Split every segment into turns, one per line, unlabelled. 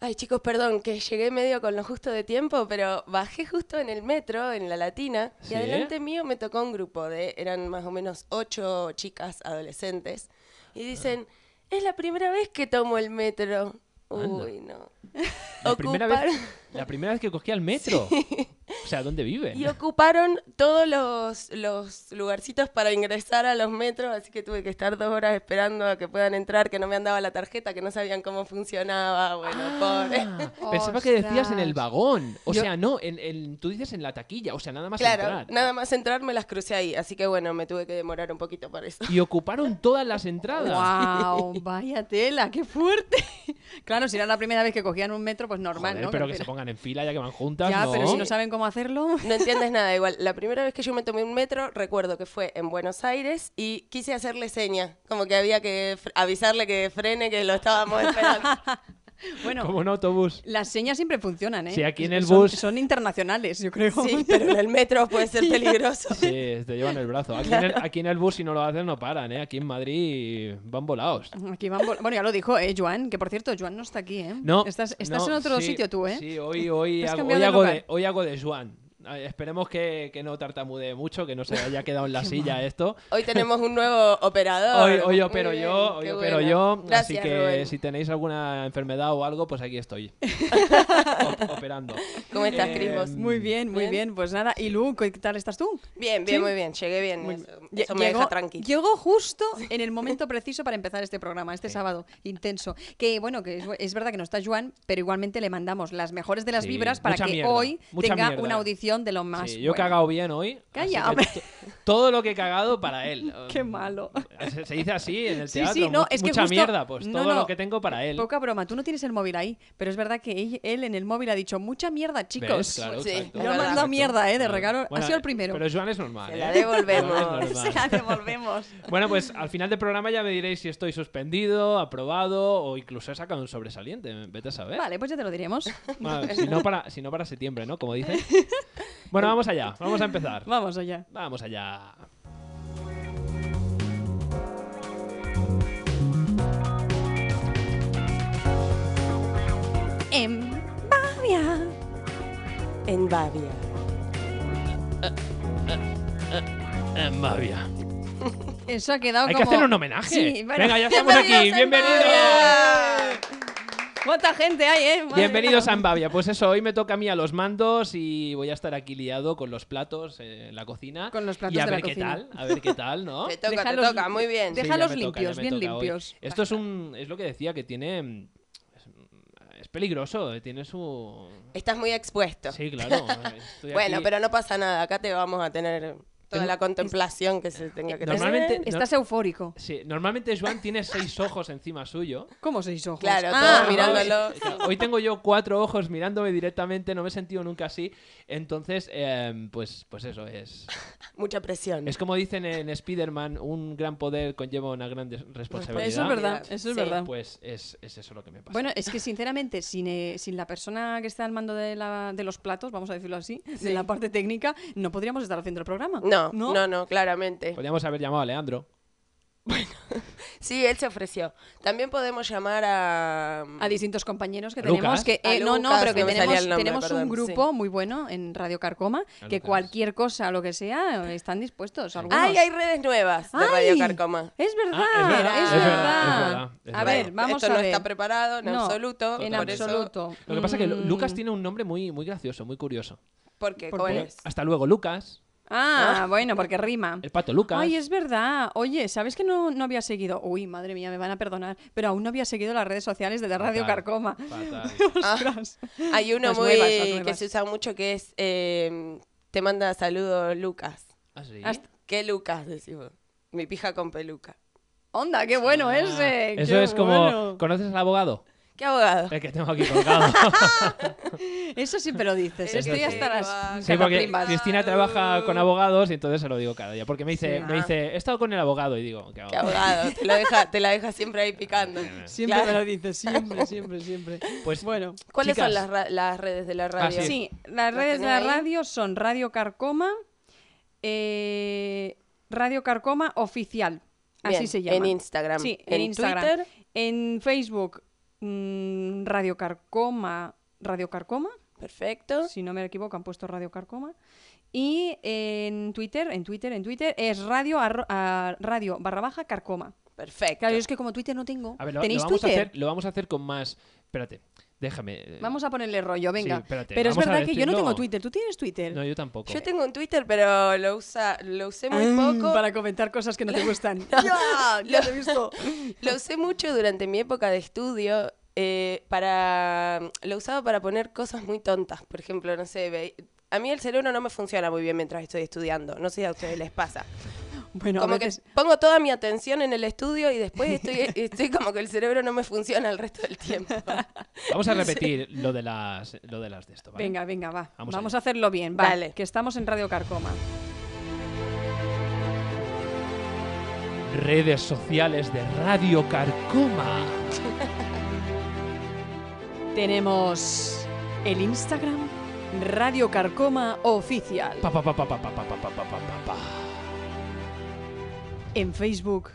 Ay, chicos, perdón, que llegué medio con lo justo de tiempo, pero bajé justo en el metro, en la Latina,
¿Sí?
y adelante mío me tocó un grupo de, eran más o menos ocho chicas adolescentes,
Ah.
y dicen, es la primera vez que tomo el metro.
Anda.
Uy, no.
La primera,
Ocupar-
vez, la primera vez que cogí al metro. O sea, ¿dónde vive?
Y ocuparon todos los, los lugarcitos para ingresar a los metros, así que tuve que estar dos horas esperando a que puedan entrar, que no me han dado la tarjeta, que no sabían cómo funcionaba, bueno,
Ah.
pobre.
Pensaba que decías en el
Ostras.
vagón. O
Yo-
sea, no, en, en- tú dices en la taquilla. O sea, nada más
Claro,
entrar.
nada más entrar me las crucé ahí, así que bueno, me tuve que demorar un poquito por eso.
Y ocuparon todas las entradas.
¡Wow! ¡Vaya tela! ¡Qué fuerte! Claro, si era la primera vez que cogían un metro, pues normal,
Joder,
¿no?
pero que
Pero-
se pongan en fila ya que van juntas.
Ya,
¿no?
pero si no saben cómo hacerlo.
No entiendes nada, igual. La primera vez que yo me tomé un metro, recuerdo que fue en Buenos Aires y quise hacerle seña, como que había que fr- avisarle que frene, que lo estábamos esperando.
Bueno,
Como un autobús.
las señas siempre funcionan, ¿eh?
Sí, aquí en el
Son-
bus.
Son internacionales, yo creo.
Sí, pero en el metro puede ser peligroso.
Sí, te llevan el brazo. Aquí, en el, aquí en el bus, si no lo hacen, no paran, ¿eh? Aquí en Madrid van volados.
Aquí van vol- Bueno, ya lo dijo, ¿eh, Joan? Que por cierto, Joan no está aquí, ¿eh?
No.
Estás, estás
no,
en otro
sí,
sitio tú, ¿eh?
Sí, hoy, hoy,
Te has
hago,
cambiado
hoy,
de
hago
lugar.
de, hoy hago de Juan. Ay, Esperemos que, que no tartamudee mucho, que no se haya quedado en la silla esto.
Hoy tenemos un nuevo
Ah,
operador.
Hoy, hoy
Muy
opero
bien,
yo, hoy
qué
opero
bueno.
yo.
Gracias,
así que
Rubén.
si tenéis alguna enfermedad o algo, pues aquí estoy. O- operando.
¿Cómo estás,
Eh,
Cris? vos?
Muy bien, muy
Bien.
bien. Pues nada, ¿y Lu, qué tal estás tú?
Bien, bien, muy bien. Llegué bien.
Muy
eso
bien.
eso
Lle-
me deja tranquila.
llegó justo en el momento preciso para empezar este programa, este sábado intenso. Que bueno, que es, es verdad que no está Joan, pero igualmente le mandamos las mejores de las
Sí,
vibras para
mucha
que
mierda,
hoy
mucha
tenga
mierda.
una audición de lo más.
Sí, yo he
buena.
cagado bien hoy. así
Calla,
que
hombre.
t- Todo lo que he cagado para él. Um,
Qué malo.
Se, se dice así en el
Sí,
teatro.
sí, no,
mu-
es que
mucha
justo-
mierda, pues
no,
todo
no.
lo que tengo para él.
Poca broma, tú no tienes el móvil ahí, pero es verdad que él, él en el móvil ha dicho mucha mierda,
¿Ves?
chicos.
Claro,
Sí,
exacto.
le ha mandado
Exacto.
mierda, ¿eh? De
Claro.
regalo. Ha
Bueno,
sido el primero.
Pero Joan es normal.
Se
¿eh?
la
Joan
devolvemos.
es normal.
Se la devolvemos.
Bueno, pues al final del programa ya me diréis si estoy suspendido, aprobado o incluso he sacado un sobresaliente. Vete a saber.
Vale, pues ya te lo diremos.
Bueno, si, no para, si no para septiembre, ¿no? Como dicen. Bueno, vamos allá. Vamos a empezar.
Vamos allá.
Vamos allá.
En Bavia.
En Bavia.
En Bavia.
Eso ha quedado
Hay
como...
que hacer un homenaje.
Sí, bueno.
Venga, ya estamos aquí.
¡Bienvenidos a
Bienvenidos.
¿Cuánta gente hay, eh? Madre
Bienvenidos
mía.
a Embavia. Pues eso, hoy me toca a mí a los mandos y voy a estar aquí liado con los platos eh, en la cocina.
Con los platos
y a
de la
ver qué
cocina.
tal, a ver qué tal, ¿no?
Te toca,
Déjalos-
te toca. Muy bien.
Deja-
ya
Déjalos
me toca, ya
limpios,
me
bien
toca hoy.
limpios.
Esto es un es lo que decía que tiene mm, es, mm, es peligroso, eh, tiene su
Estás muy expuesto.
Sí, claro. eh, estoy
bueno,
aquí-
pero no pasa nada. Acá te vamos a tener toda la contemplación que se tenga que
Normalmente-
tener.
Estás eufórico.
Sí, normalmente Joan tiene seis ojos encima suyo.
¿Cómo seis ojos?
Claro,
ah,
todos mirándolo.
Eh, Claro, Hoy tengo yo cuatro ojos mirándome directamente, no me he sentido nunca así. Entonces, eh, pues, pues eso es.
Mucha presión.
Es como dicen en Spider-Man, un gran poder conlleva una gran des- responsabilidad.
Pues Eso es verdad, eso es
Sí.
verdad.
Pues es, es eso lo que me pasa.
Bueno, es que sinceramente, sin, eh, sin la persona que está al mando de, la- de los platos, vamos a decirlo así, de la parte técnica, no podríamos estar haciendo el programa.
No, no, no, claramente.
Podríamos haber llamado a Leandro.
Sí, él se ofreció. También podemos llamar a...
A distintos compañeros que
Lucas.
tenemos que
A
eh, no, no,
Lucas,
pero que
no me
salía
tenemos,
el nombre,
tenemos
perdón,
un grupo muy bueno en Radio Carcoma
A
que
Lucas.
cualquier cosa, lo que sea, están dispuestos algunos.
¡Ay, hay redes nuevas de Radio
Ah. ¡Ay!
Carcoma!
Es verdad,
Ah, es verdad,
es
es
verdad.
verdad, es
A
verdad.
ver, vamos
Esto
a
no
ver.
está preparado en
No,
absoluto.
En
por eso-
absoluto.
Lo que pasa es que Lu-
Mm.
Lucas tiene un nombre muy, muy gracioso, muy curioso.
¿Por qué?
¿Por
¿Cómo
qué?
es?
Hasta luego, Lucas.
Ah, bueno, porque rima.
El pato Lucas.
Ay, es verdad. Oye, ¿sabes que no, no había seguido? Uy, madre mía, me van a perdonar, pero aún no había seguido las redes sociales de la Radio
Fatal,
Carcoma.
fatal.
Ostras.
Ah, Hay uno
Las
muy
nuevas, las nuevas.
que se usa mucho que es eh, te manda saludos Lucas.
¿Ah, sí?
Hasta-
¿Qué Lucas decimos? Mi pija con peluca.
Onda, qué bueno
Ah,
ese.
Eso
qué
es como.
bueno.
¿Conoces al abogado?
¿Qué abogado?
Eh,
El que tengo aquí colgado.
Eso siempre lo dices.
Eso
Estoy
sí.
hasta las
Sí, porque
cagaprimas.
Cristina trabaja con abogados y entonces se lo digo cada día. Porque me dice,
Sí.
me dice he estado con el abogado y digo, ¿qué
¿Qué
abogado?
abogado? Te, lo deja, te la deja siempre ahí picando.
Siempre
Claro.
me lo dices, siempre, siempre, siempre.
Pues
Bueno.
¿Cuáles son
Chicas.
las, ra- las redes de la radio?
sí.
Ah, Sí, las
¿Lo
redes de la
tenés ahí?
radio son Radio Carcoma, eh, Radio Carcoma Oficial, así
Bien,
se llama.
En Instagram.
Sí, en, Instagram.
Twitter.
En Facebook, mm, radiocarcoma, radiocarcoma,
Ah.
Perfecto.
si no me equivoco, han puesto radiocarcoma. Y en Twitter, en Twitter, en Twitter, es radio, arro- a- radio barra baja carcoma.
Perfecto.
Claro, yo es que como Twitter no tengo.
A ver, lo, lo
¿Tenéis
vamos
Twitter?
A hacer, lo vamos a hacer con más. Espérate, déjame. eh,
Vamos a ponerle rollo, venga.
espérate,
Pero es
vamos a
verdad que yo no
decirlo.
tengo Twitter. ¿Tú tienes Twitter?
No, yo tampoco.
Yo tengo un Twitter, pero lo usa, lo usé muy
Mm.
Ah,
poco.
Para comentar cosas que no te gustan.
No,
ya
no.
lo he visto.
Lo usé mucho durante mi época de estudio. eh, para lo usaba para poner cosas muy tontas por ejemplo no sé ve- a mí el cerebro no me funciona muy bien mientras estoy estudiando no sé si a ustedes les pasa
Bueno, a
como que
veces-
pongo toda mi atención en el estudio y después estoy, estoy como que el cerebro no me funciona el resto del tiempo
Vamos a repetir lo de las, lo de las de esto. ¿vale?
Venga, venga, va.
Vamos
Vamos,
allá.
a hacerlo bien, va,
Dale.
Que estamos en Radio Carcoma.
Redes sociales de Radio Carcoma.
Tenemos el Instagram Radio Carcoma Oficial.
Pa, pa, pa, pa, pa, pa, pa, pa, pa, pa, pa, pa.
En Facebook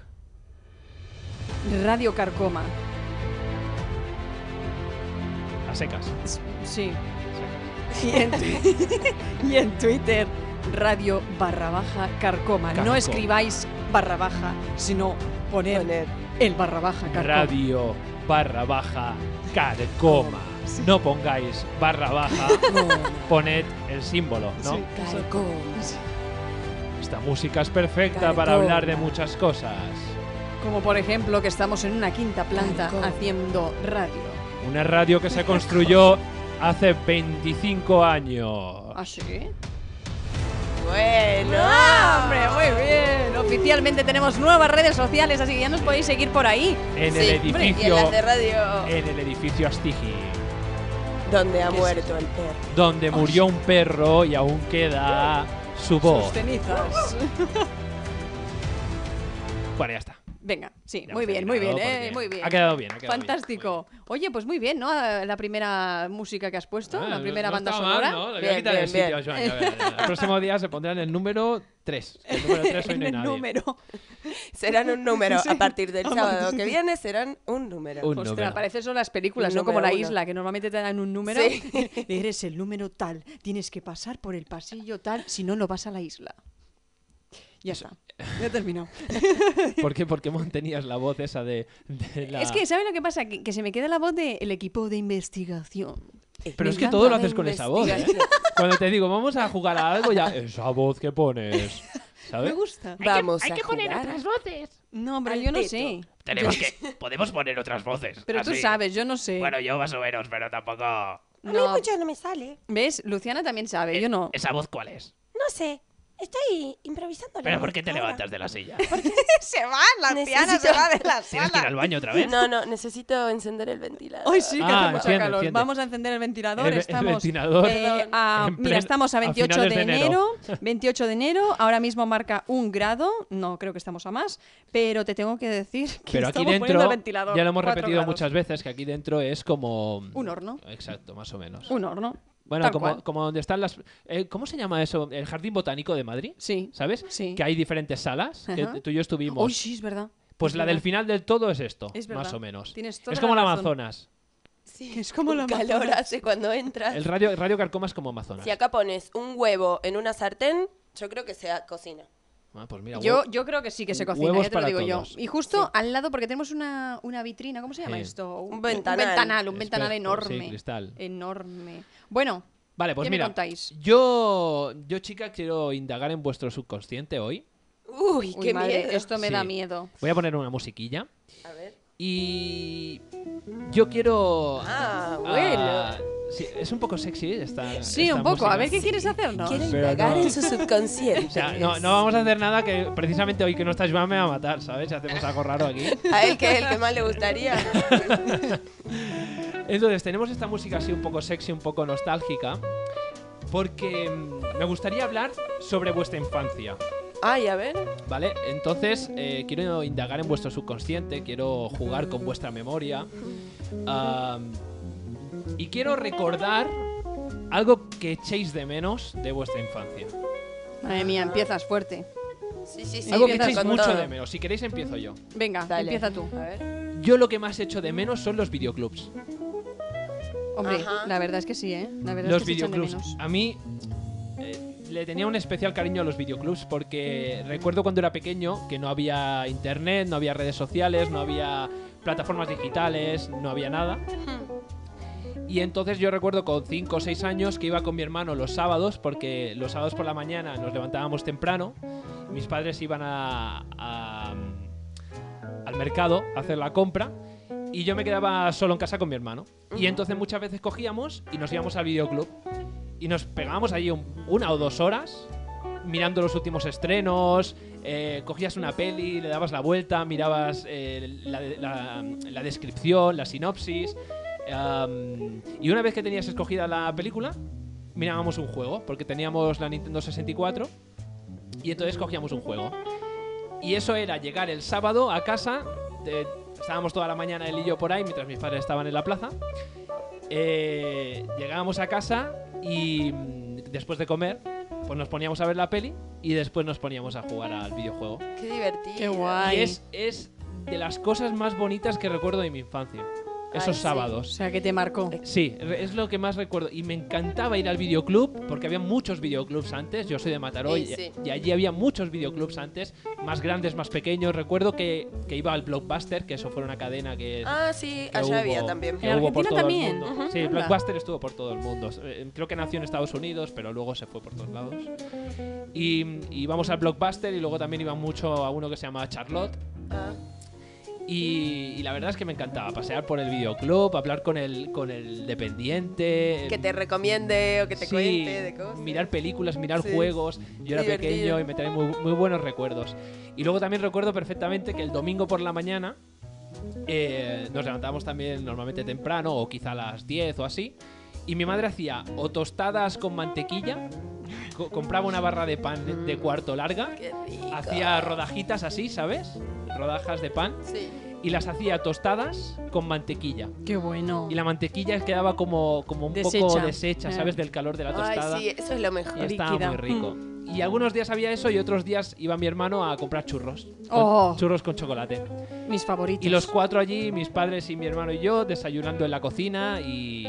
Radio Carcoma.
A secas.
S- Sí.
a secas.
Y en, tu- y en Twitter Radio barra baja carcoma. No
Carcoma.
escribáis barra baja, sino poner el barra baja carcoma.
Radio barra baja Carcoma. No pongáis barra baja, poned el símbolo, ¿no?
Sí.
Esta música es perfecta para
Carcoma.
hablar de muchas cosas.
Como por ejemplo que estamos en una quinta planta
Carcoma.
haciendo radio.
Una radio que se construyó hace 25 años.
¿Ah, sí?
bueno
¡Ah, hombre, muy bien! Oficialmente tenemos nuevas redes sociales, así que ya nos podéis seguir por ahí.
En
Sí,
el
hombre, y en
edificio.
las de radio
En el edificio Astigi.
eh, donde ha muerto el perro
Donde murió un perro y aún queda su voz.
Sus cenizas.
Bueno, ya está.
Venga, sí,
Ya
muy
hemos
bien, muy bien,
terminado
eh,
porque
muy bien.
Ha quedado bien, ha quedado bien.
Fantástico. Oye, pues muy bien, ¿no? La primera música que has puesto,
Ah,
la
no-
primera
no
banda
está
sonora.
Mal, ¿no? Le voy a
Bien,
quitar el
bien,
sitio
bien.
a Joan, ya verás. El próximo día se pondrán el número 3. El número 3 hoy no hay
En el
nadie.
número.
serán un número
Sí.
a partir del
A
sábado
partir-
que viene serán un número
Un
Ostras,
número.
parece eso las películas,
Un
¿no? Como
número
la
uno.
isla, que normalmente te dan un número.
Sí.
Eres el número tal, tienes que pasar por el pasillo tal, si no, no vas a la isla. Ya está, ya terminó.
¿Por qué, por qué mantenías la voz esa de, de la...
Es que, ¿sabes lo que pasa? Que, que se me queda la voz del equipo de investigación.
Pero
me
es que
encanta.
todo lo haces con esa voz, ¿eh?
Investigación.
Cuando te digo, vamos a jugar a algo, ya... Esa voz que pones,
Me
¿sabes?
gusta.
vamos
Hay
a
que poner
jugar.
otras voces.
No, hombre,
Al
yo no
teto.
sé.
Tenemos que. Podemos poner otras voces.
Pero tú
así.
sabes, yo no sé.
Bueno, yo más o menos, pero tampoco. eh,
A mí
No.
mucho no me sale.
¿Ves? Luciana también sabe, Pues yo no.
¿Esa voz cuál es?
No sé. Estoy improvisando.
¿Pero por qué te levantas de la silla?
se va, la
anciana se va de
la
¿Tienes que ir al baño otra vez?
No, no, necesito encender el ventilador.
Hoy sí que
Ah,
hace mucho
enciende,
calor.
enciende.
Vamos a encender el ventilador.
El ve- el
estamos,
ventilador.
eh, a-
En
mira,
pleno-
estamos a
a
28 de,
finales de
enero.
enero.
28 de enero. Ahora mismo marca un grado. No creo que estamos a más. Pero te tengo que decir que
Pero aquí
estamos poniendo
dentro,
el ventilador.
ya lo hemos
Cuatro
repetido
grados.
muchas veces, que aquí dentro es como...
Un horno.
Exacto, más o menos.
Un horno.
Bueno,
tal
como,
cual.
como donde están las... eh, ¿Cómo se llama eso? El Jardín Botánico de Madrid,
Sí.
¿sabes?
Sí.
Que hay diferentes salas, que
Ajá.
tú y yo estuvimos.
Uy, sí, es verdad.
Pues
Es
la
verdad.
del final del todo es esto,
Es verdad.
más o menos.
Tienes toda
es como
la
el
razón.
Amazonas.
Sí,
Es como
un
la
calor
Amazonas.
hace cuando entras.
El radio, radio Carcoma es como Amazonas.
Si acá pones un huevo en una sartén, yo creo que se ha- cocina.
Ah, pues mira,
Yo,
hue-
yo creo que sí que se cocina,
Huevos
ya te lo
para
digo
todos.
yo. Y justo al lado, porque tenemos una, una vitrina, ¿cómo se llama
Sí.
esto?
Un ventanal.
Un ventanal, un
Espejo,
ventanal
sí,
enorme.
cristal.
Enorme. Bueno,
Vale, pues
¿qué me
mira.
contáis?
Yo, yo, chica, quiero indagar en vuestro subconsciente hoy.
Uy,
Uy,
qué
madre,
miedo.
esto me da
Sí.
miedo.
Voy a poner una musiquilla.
A ver.
Y. Yo quiero.
Ah,
ah,
bueno.
sí, es un poco sexy esta.
Sí,
esta
un poco.
música.
A ver, ¿qué quieres hacernos?
Quiero
pero
indagar
no.
en su subconsciente.
O sea, no, no vamos a hacer nada que precisamente hoy que no estás Joan me va a matar, ¿sabes? Si hacemos algo raro aquí.
A él que es el que más le gustaría.
Entonces, tenemos esta música así un poco sexy, un poco nostálgica, porque mm, me gustaría hablar sobre vuestra infancia,
Ay, a ver.
¿vale? Entonces, eh, quiero indagar en vuestro subconsciente, quiero jugar con vuestra memoria am, y quiero recordar algo que echéis de menos de vuestra infancia.
Madre mía,
Ah.
empiezas fuerte.
Sí, sí, sí.
algo que
empieza
echéis
con
mucho
todo.
de menos. Si queréis, empiezo yo.
Venga,
Dale.
empieza tú.
A ver.
Yo lo que más echo de menos son los videoclubs.
Hombre,
Ajá.
la verdad es que sí, ¿eh? La verdad
los
es que se echan de
videoclubs.
menos.
A mí eh, le tenía un especial cariño a los videoclubs porque recuerdo cuando era pequeño que no había internet, no había redes sociales, no había plataformas digitales, no había nada. Y entonces yo recuerdo con 5 o 6 años que iba con mi hermano los sábados, porque los sábados por la mañana nos levantábamos temprano, mis padres iban a- a- al mercado a hacer la compra y yo me quedaba solo en casa con mi hermano. Y entonces muchas veces cogíamos y nos íbamos al videoclub y nos pegábamos allí un- una o dos horas mirando los últimos estrenos, eh, cogías una peli, le dabas la vuelta, mirabas eh, la, la- la descripción, la sinopsis. um, y una vez que tenías escogida la película, mirábamos un juego, porque teníamos la Nintendo 64 y entonces cogíamos un juego. Y eso era llegar el sábado a casa, te- estábamos toda la mañana él y yo por ahí mientras mis padres estaban en la plaza. Eh, llegábamos a casa y mm, después de comer, pues nos poníamos a ver la peli y después nos poníamos a jugar al videojuego.
Qué divertido.
Qué guay.
Y es, es de las cosas más bonitas que recuerdo de mi infancia. Esos
Ay, sí.
O
sábados.
sea, que te marcó.
Sí, re- es lo que más recuerdo. Y me encantaba ir al videoclub, porque había muchos videoclubs antes. Yo soy de Mataró
Ey,
y,
sí.
y allí había muchos videoclubs antes, más grandes, más pequeños. Recuerdo que, que iba al Blockbuster, que eso fue una cadena que.
Ah, sí,
que
allá
hubo-
había también.
que
En
hubo por
Argentina
todo el
también.
mundo.
Ujú.
Sí,
Anda.
Blockbuster estuvo por todo el mundo. Eh, Creo que nació en Estados Unidos, pero luego se fue por todos lados. Y y íbamos al Blockbuster y luego también iba mucho a uno que se llamaba Charlotte.
Ah.
Y, y la verdad es que me encantaba pasear por el videoclub, hablar con el, con el dependiente.
Que te recomiende o que te
Sí,
cuente de cosas.
Mirar películas, mirar
Sí.
juegos. Yo era
Divertido.
pequeño y me trae muy, muy buenos recuerdos. Y luego también recuerdo perfectamente que el domingo por la mañana eh, nos levantábamos también normalmente temprano, o quizá a las 10 o así. Y mi madre hacía o tostadas con mantequilla, co- compraba una barra de pan de- de cuarto larga,
Qué rico.
hacía rodajitas así, ¿sabes? Rodajas de pan
Sí.
y las hacía tostadas con mantequilla.
Qué bueno.
Y la mantequilla quedaba como, como un poco
Deshecha.
deshecha, ¿sabes? Del calor de la
Ay,
tostada.
sí, eso es lo
Y
mejor.
estaba
líquida.
muy rico. Y algunos días había eso y otros días iba mi hermano a comprar churros. Con-
Oh.
Churros con chocolate.
Mis favoritos.
Y los cuatro allí, mis padres y mi hermano y yo, desayunando en la cocina y,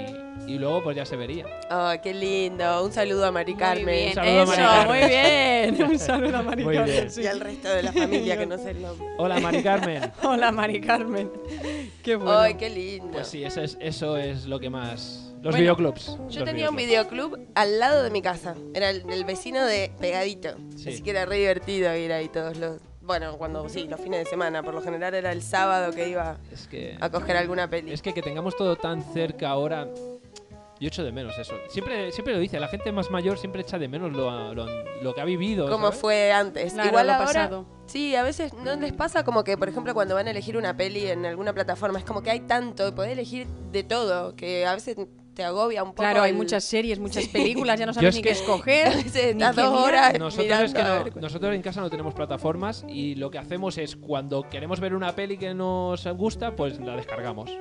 y luego pues ya se vería.
Ay, Ah, qué lindo. Un saludo a Mari Carmen.
Muy bien.
Un saludo a
Eso,
Mari Carmen.
muy bien. Un saludo a Mari
Muy
Carmen.
bien.
sí.
Y al resto de la familia que no sé el nombre.
Hola, Mari Carmen.
Hola, Mari Carmen. Qué bueno.
Ay, qué lindo.
Pues sí, eso es, eso es lo que más... Los
Bueno,
videoclubs.
Yo
los
tenía un
videoclubs.
videoclub al lado de mi casa. Era el, el vecino de pegadito.
Sí.
Así que era re divertido ir ahí todos los. Bueno, cuando sí, los fines de semana. Por lo general era el sábado que iba
Es que...
a coger alguna peli.
Es que que tengamos todo tan cerca ahora. Yo echo de menos eso. Siempre, siempre lo dice, la gente más mayor siempre echa de menos lo, lo, lo que ha vivido.
como
¿sabes?
fue antes.
Claro,
Igual
lo
ahora,
pasado.
Sí, a veces no les pasa como que, por ejemplo, cuando van a elegir una peli en alguna plataforma, es como que hay tanto, podés elegir de todo, que a veces te agobia un poco.
Claro, hay
el-
muchas series, muchas películas, ya no
Yo
sabes
es
ni
que-
qué escoger.
A veces
ni
estás
qué
dos
mirar.
horas
Nosotros, es que
mirando a
no-
ver cu-
nosotros en casa no tenemos plataformas y lo que hacemos es cuando queremos ver una peli que nos gusta, pues la descargamos.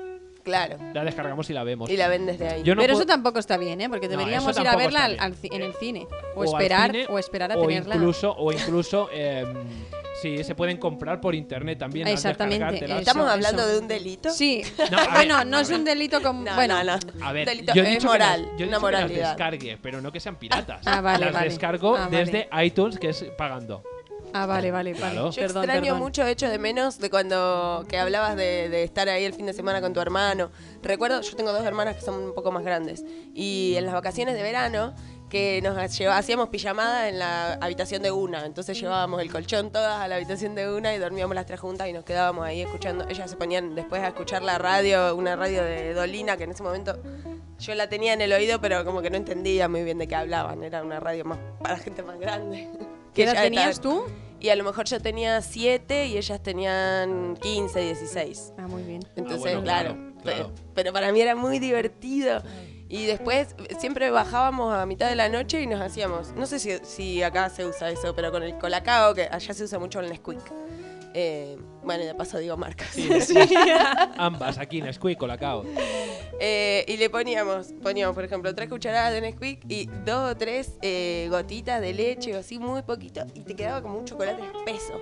Claro.
La descargamos y la vemos.
Y la vendes de ahí.
Yo no
Pero eso
puedo-
tampoco está bien, ¿eh? Porque
No,
deberíamos
eso
ir a
tampoco
verla
está
al-
bien.
al ci- en el cine. O,
al
esperar,
cine,
o esperar a
o
tenerla.
Incluso, o incluso, em, sí, se pueden comprar por internet también. al
Exactamente,
descargártelas.
eso.
¿Estamos hablando de un delito?
Sí.
No, a ver,
bueno,
a
no es
ver.
un delito con...
No,
bueno,
no, no.
A ver,
Delito-
yo he
es
dicho
moral, una
que las, yo he dicho que las
moralidad.
descargue, pero no que sean piratas.
Ah, vale,
las
vale.
descargo
Ah, vale.
desde iTunes, que es pagando.
Ah, vale, vale, vale.
Claro.
Yo
Perdón,
extraño
perdón.
mucho, hecho de menos, de cuando que hablabas de, de estar ahí el fin de semana con tu hermano. Recuerdo, yo tengo dos hermanas que son un poco más grandes. Y en las vacaciones de verano, que nos lleva- hacíamos pijamada en la habitación de una. Entonces llevábamos el colchón todas a la habitación de una y dormíamos las tres juntas y nos quedábamos ahí escuchando. Ellas se ponían después a escuchar la radio, una radio de Dolina, que en ese momento yo la tenía en el oído, pero como que no entendía muy bien de qué hablaban. Era una radio más para gente más grande.
¿Qué
ya
edad
está-
tenías tú?
y a lo mejor yo tenía 7 y ellas tenían 15, 16.
Ah, muy bien.
Entonces,
bueno,
claro,
claro,
pe-
claro.
Pero, para mí era muy divertido. Y después eh, siempre bajábamos a mitad de la noche y nos hacíamos, no sé si, si acá se usa eso, pero con el colacao, que allá se usa mucho el Nesquik. Eh, bueno, y de paso digo marcas.
Ambas, aquí en Squeak o Lacao.
Eh, y le poníamos, poníamos, por ejemplo, tres cucharadas de Nesquik y dos o tres eh, gotitas de leche o así, muy poquito, y te quedaba como un chocolate espeso.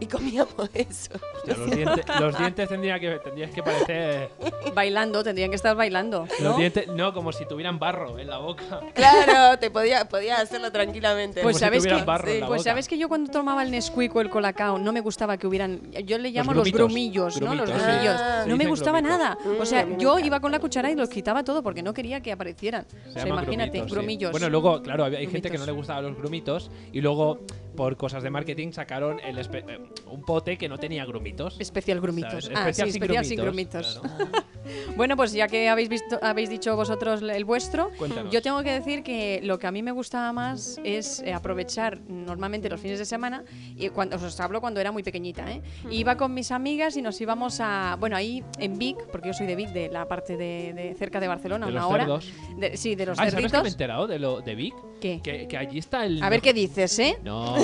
y comíamos eso.
Hostia, los, dientes, los dientes tendría que, tendrías que parecer.
Bailando, tendrían que estar bailando.
Los
¿no?
dientes. No, como si tuvieran barro en la boca.
Claro, te podía, podía hacerlo tranquilamente. Mm,
Como
Pues
si
sabes que
tuvieran barro en la
pues
boca.
sabes que yo cuando tomaba el Nesquik o el Colacao no me gustaba que hubieran yo le llamo los,
grumitos.
bromillos, ¿no? Los
Grumitos,
sí.
bromillos.
Ah.
Se
no me
dicen
gustaba
grumitos.
nada. O
Mm, a
sea,
mí me
yo
encanta.
iba con la cuchara y los quitaba todo porque no quería que aparecieran. o sea,
llaman
imagínate,
grumitos, sí.
grumillos.
Bueno, luego, claro, había- hay gente que no
Grumitos.
le gustaban los grumitos y luego, por cosas de marketing, sacaron el espe- eh, un pote que no tenía grumitos.
Especial grumitos.
¿sabes?
Ah, sí, especial sin grumitos.
claro.
Bueno, pues ya que habéis visto, habéis dicho vosotros el vuestro,
Cuéntanos.
yo tengo que decir que lo que a mí me gustaba más es eh, aprovechar normalmente los fines de semana y cuando os hablo cuando era muy pequeñita, ¿eh? iba con mis amigas y nos íbamos a, bueno, ahí en Vic, porque yo soy de Vic, de la parte de, de cerca de Barcelona,
De
una
los
hora.
cerdos.
De- sí, de los
Ah, ¿sabes que me he
cerditos.
enterado de, lo, de Vic?
¿Qué?
Que, que allí está el...
A ver qué dices, ¿eh?
No,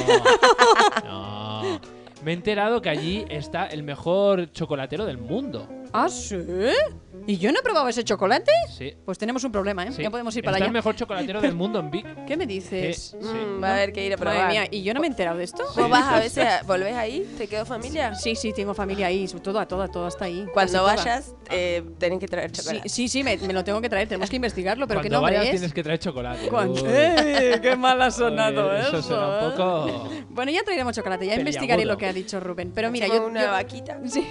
no. Me he enterado que allí está el mejor chocolatero del mundo.
Ah, sí. ¿Y yo no he probado ese chocolate?
Sí.
Pues tenemos un problema, ¿eh?
sí.
Ya podemos ir para
Está
allá.
el mejor chocolatero del mundo en Vic.
¿Qué me
Sí,
dices?
sí.
Mm, va a haber que ir a probar.
Madre mía, ¿y yo no me he enterado de esto?
¿Vos vas a veces, a- volvés ahí? ¿Te quedó familia?
Sí, sí, tengo familia ahí, sobre todo a toda, toda está ahí. casi
Cuando
toda.
vayas, eh, tenés que traer
Sí,
chocolate.
sí, sí, me, me lo tengo que traer, tenemos que investigarlo, pero ¿qué
Cuando
nombre
vayas
es?
tienes que traer chocolate.
Cuan-
Uy.
¡Ey! ¡Qué mal ha sonado
Oye,
eso!
suena un
¿eh?
poco...
Bueno, ya traeremos chocolate, ya
Peliagudo.
investigaré lo que ha dicho Rubén. Pero mira,
Como
yo,
una
yo-
vaquita.
Sí.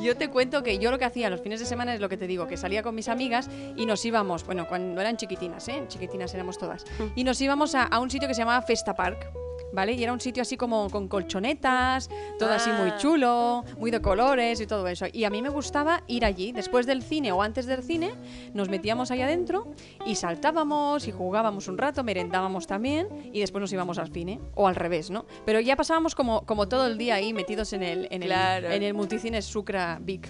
Yo te cuento que yo lo que hacía los fines de semana es lo que te digo, que salía con mis amigas y nos íbamos, bueno, cuando eran chiquitinas, ¿eh? Chiquitinas éramos todas.
Hmm.
Y nos íbamos a, a un sitio que se llamaba Festa Park, ¿vale? Y era un sitio así como con colchonetas, todo así muy
Ah.
chulo, muy de colores y todo eso. Y a mí me gustaba ir allí, después del cine o antes del cine, nos metíamos ahí adentro y saltábamos y jugábamos un rato, merendábamos también y después nos íbamos al cine, o al revés, ¿no? Pero ya pasábamos como, como todo el día ahí metidos en el, en el-
Claro.
en el el multicine Sucra Vic.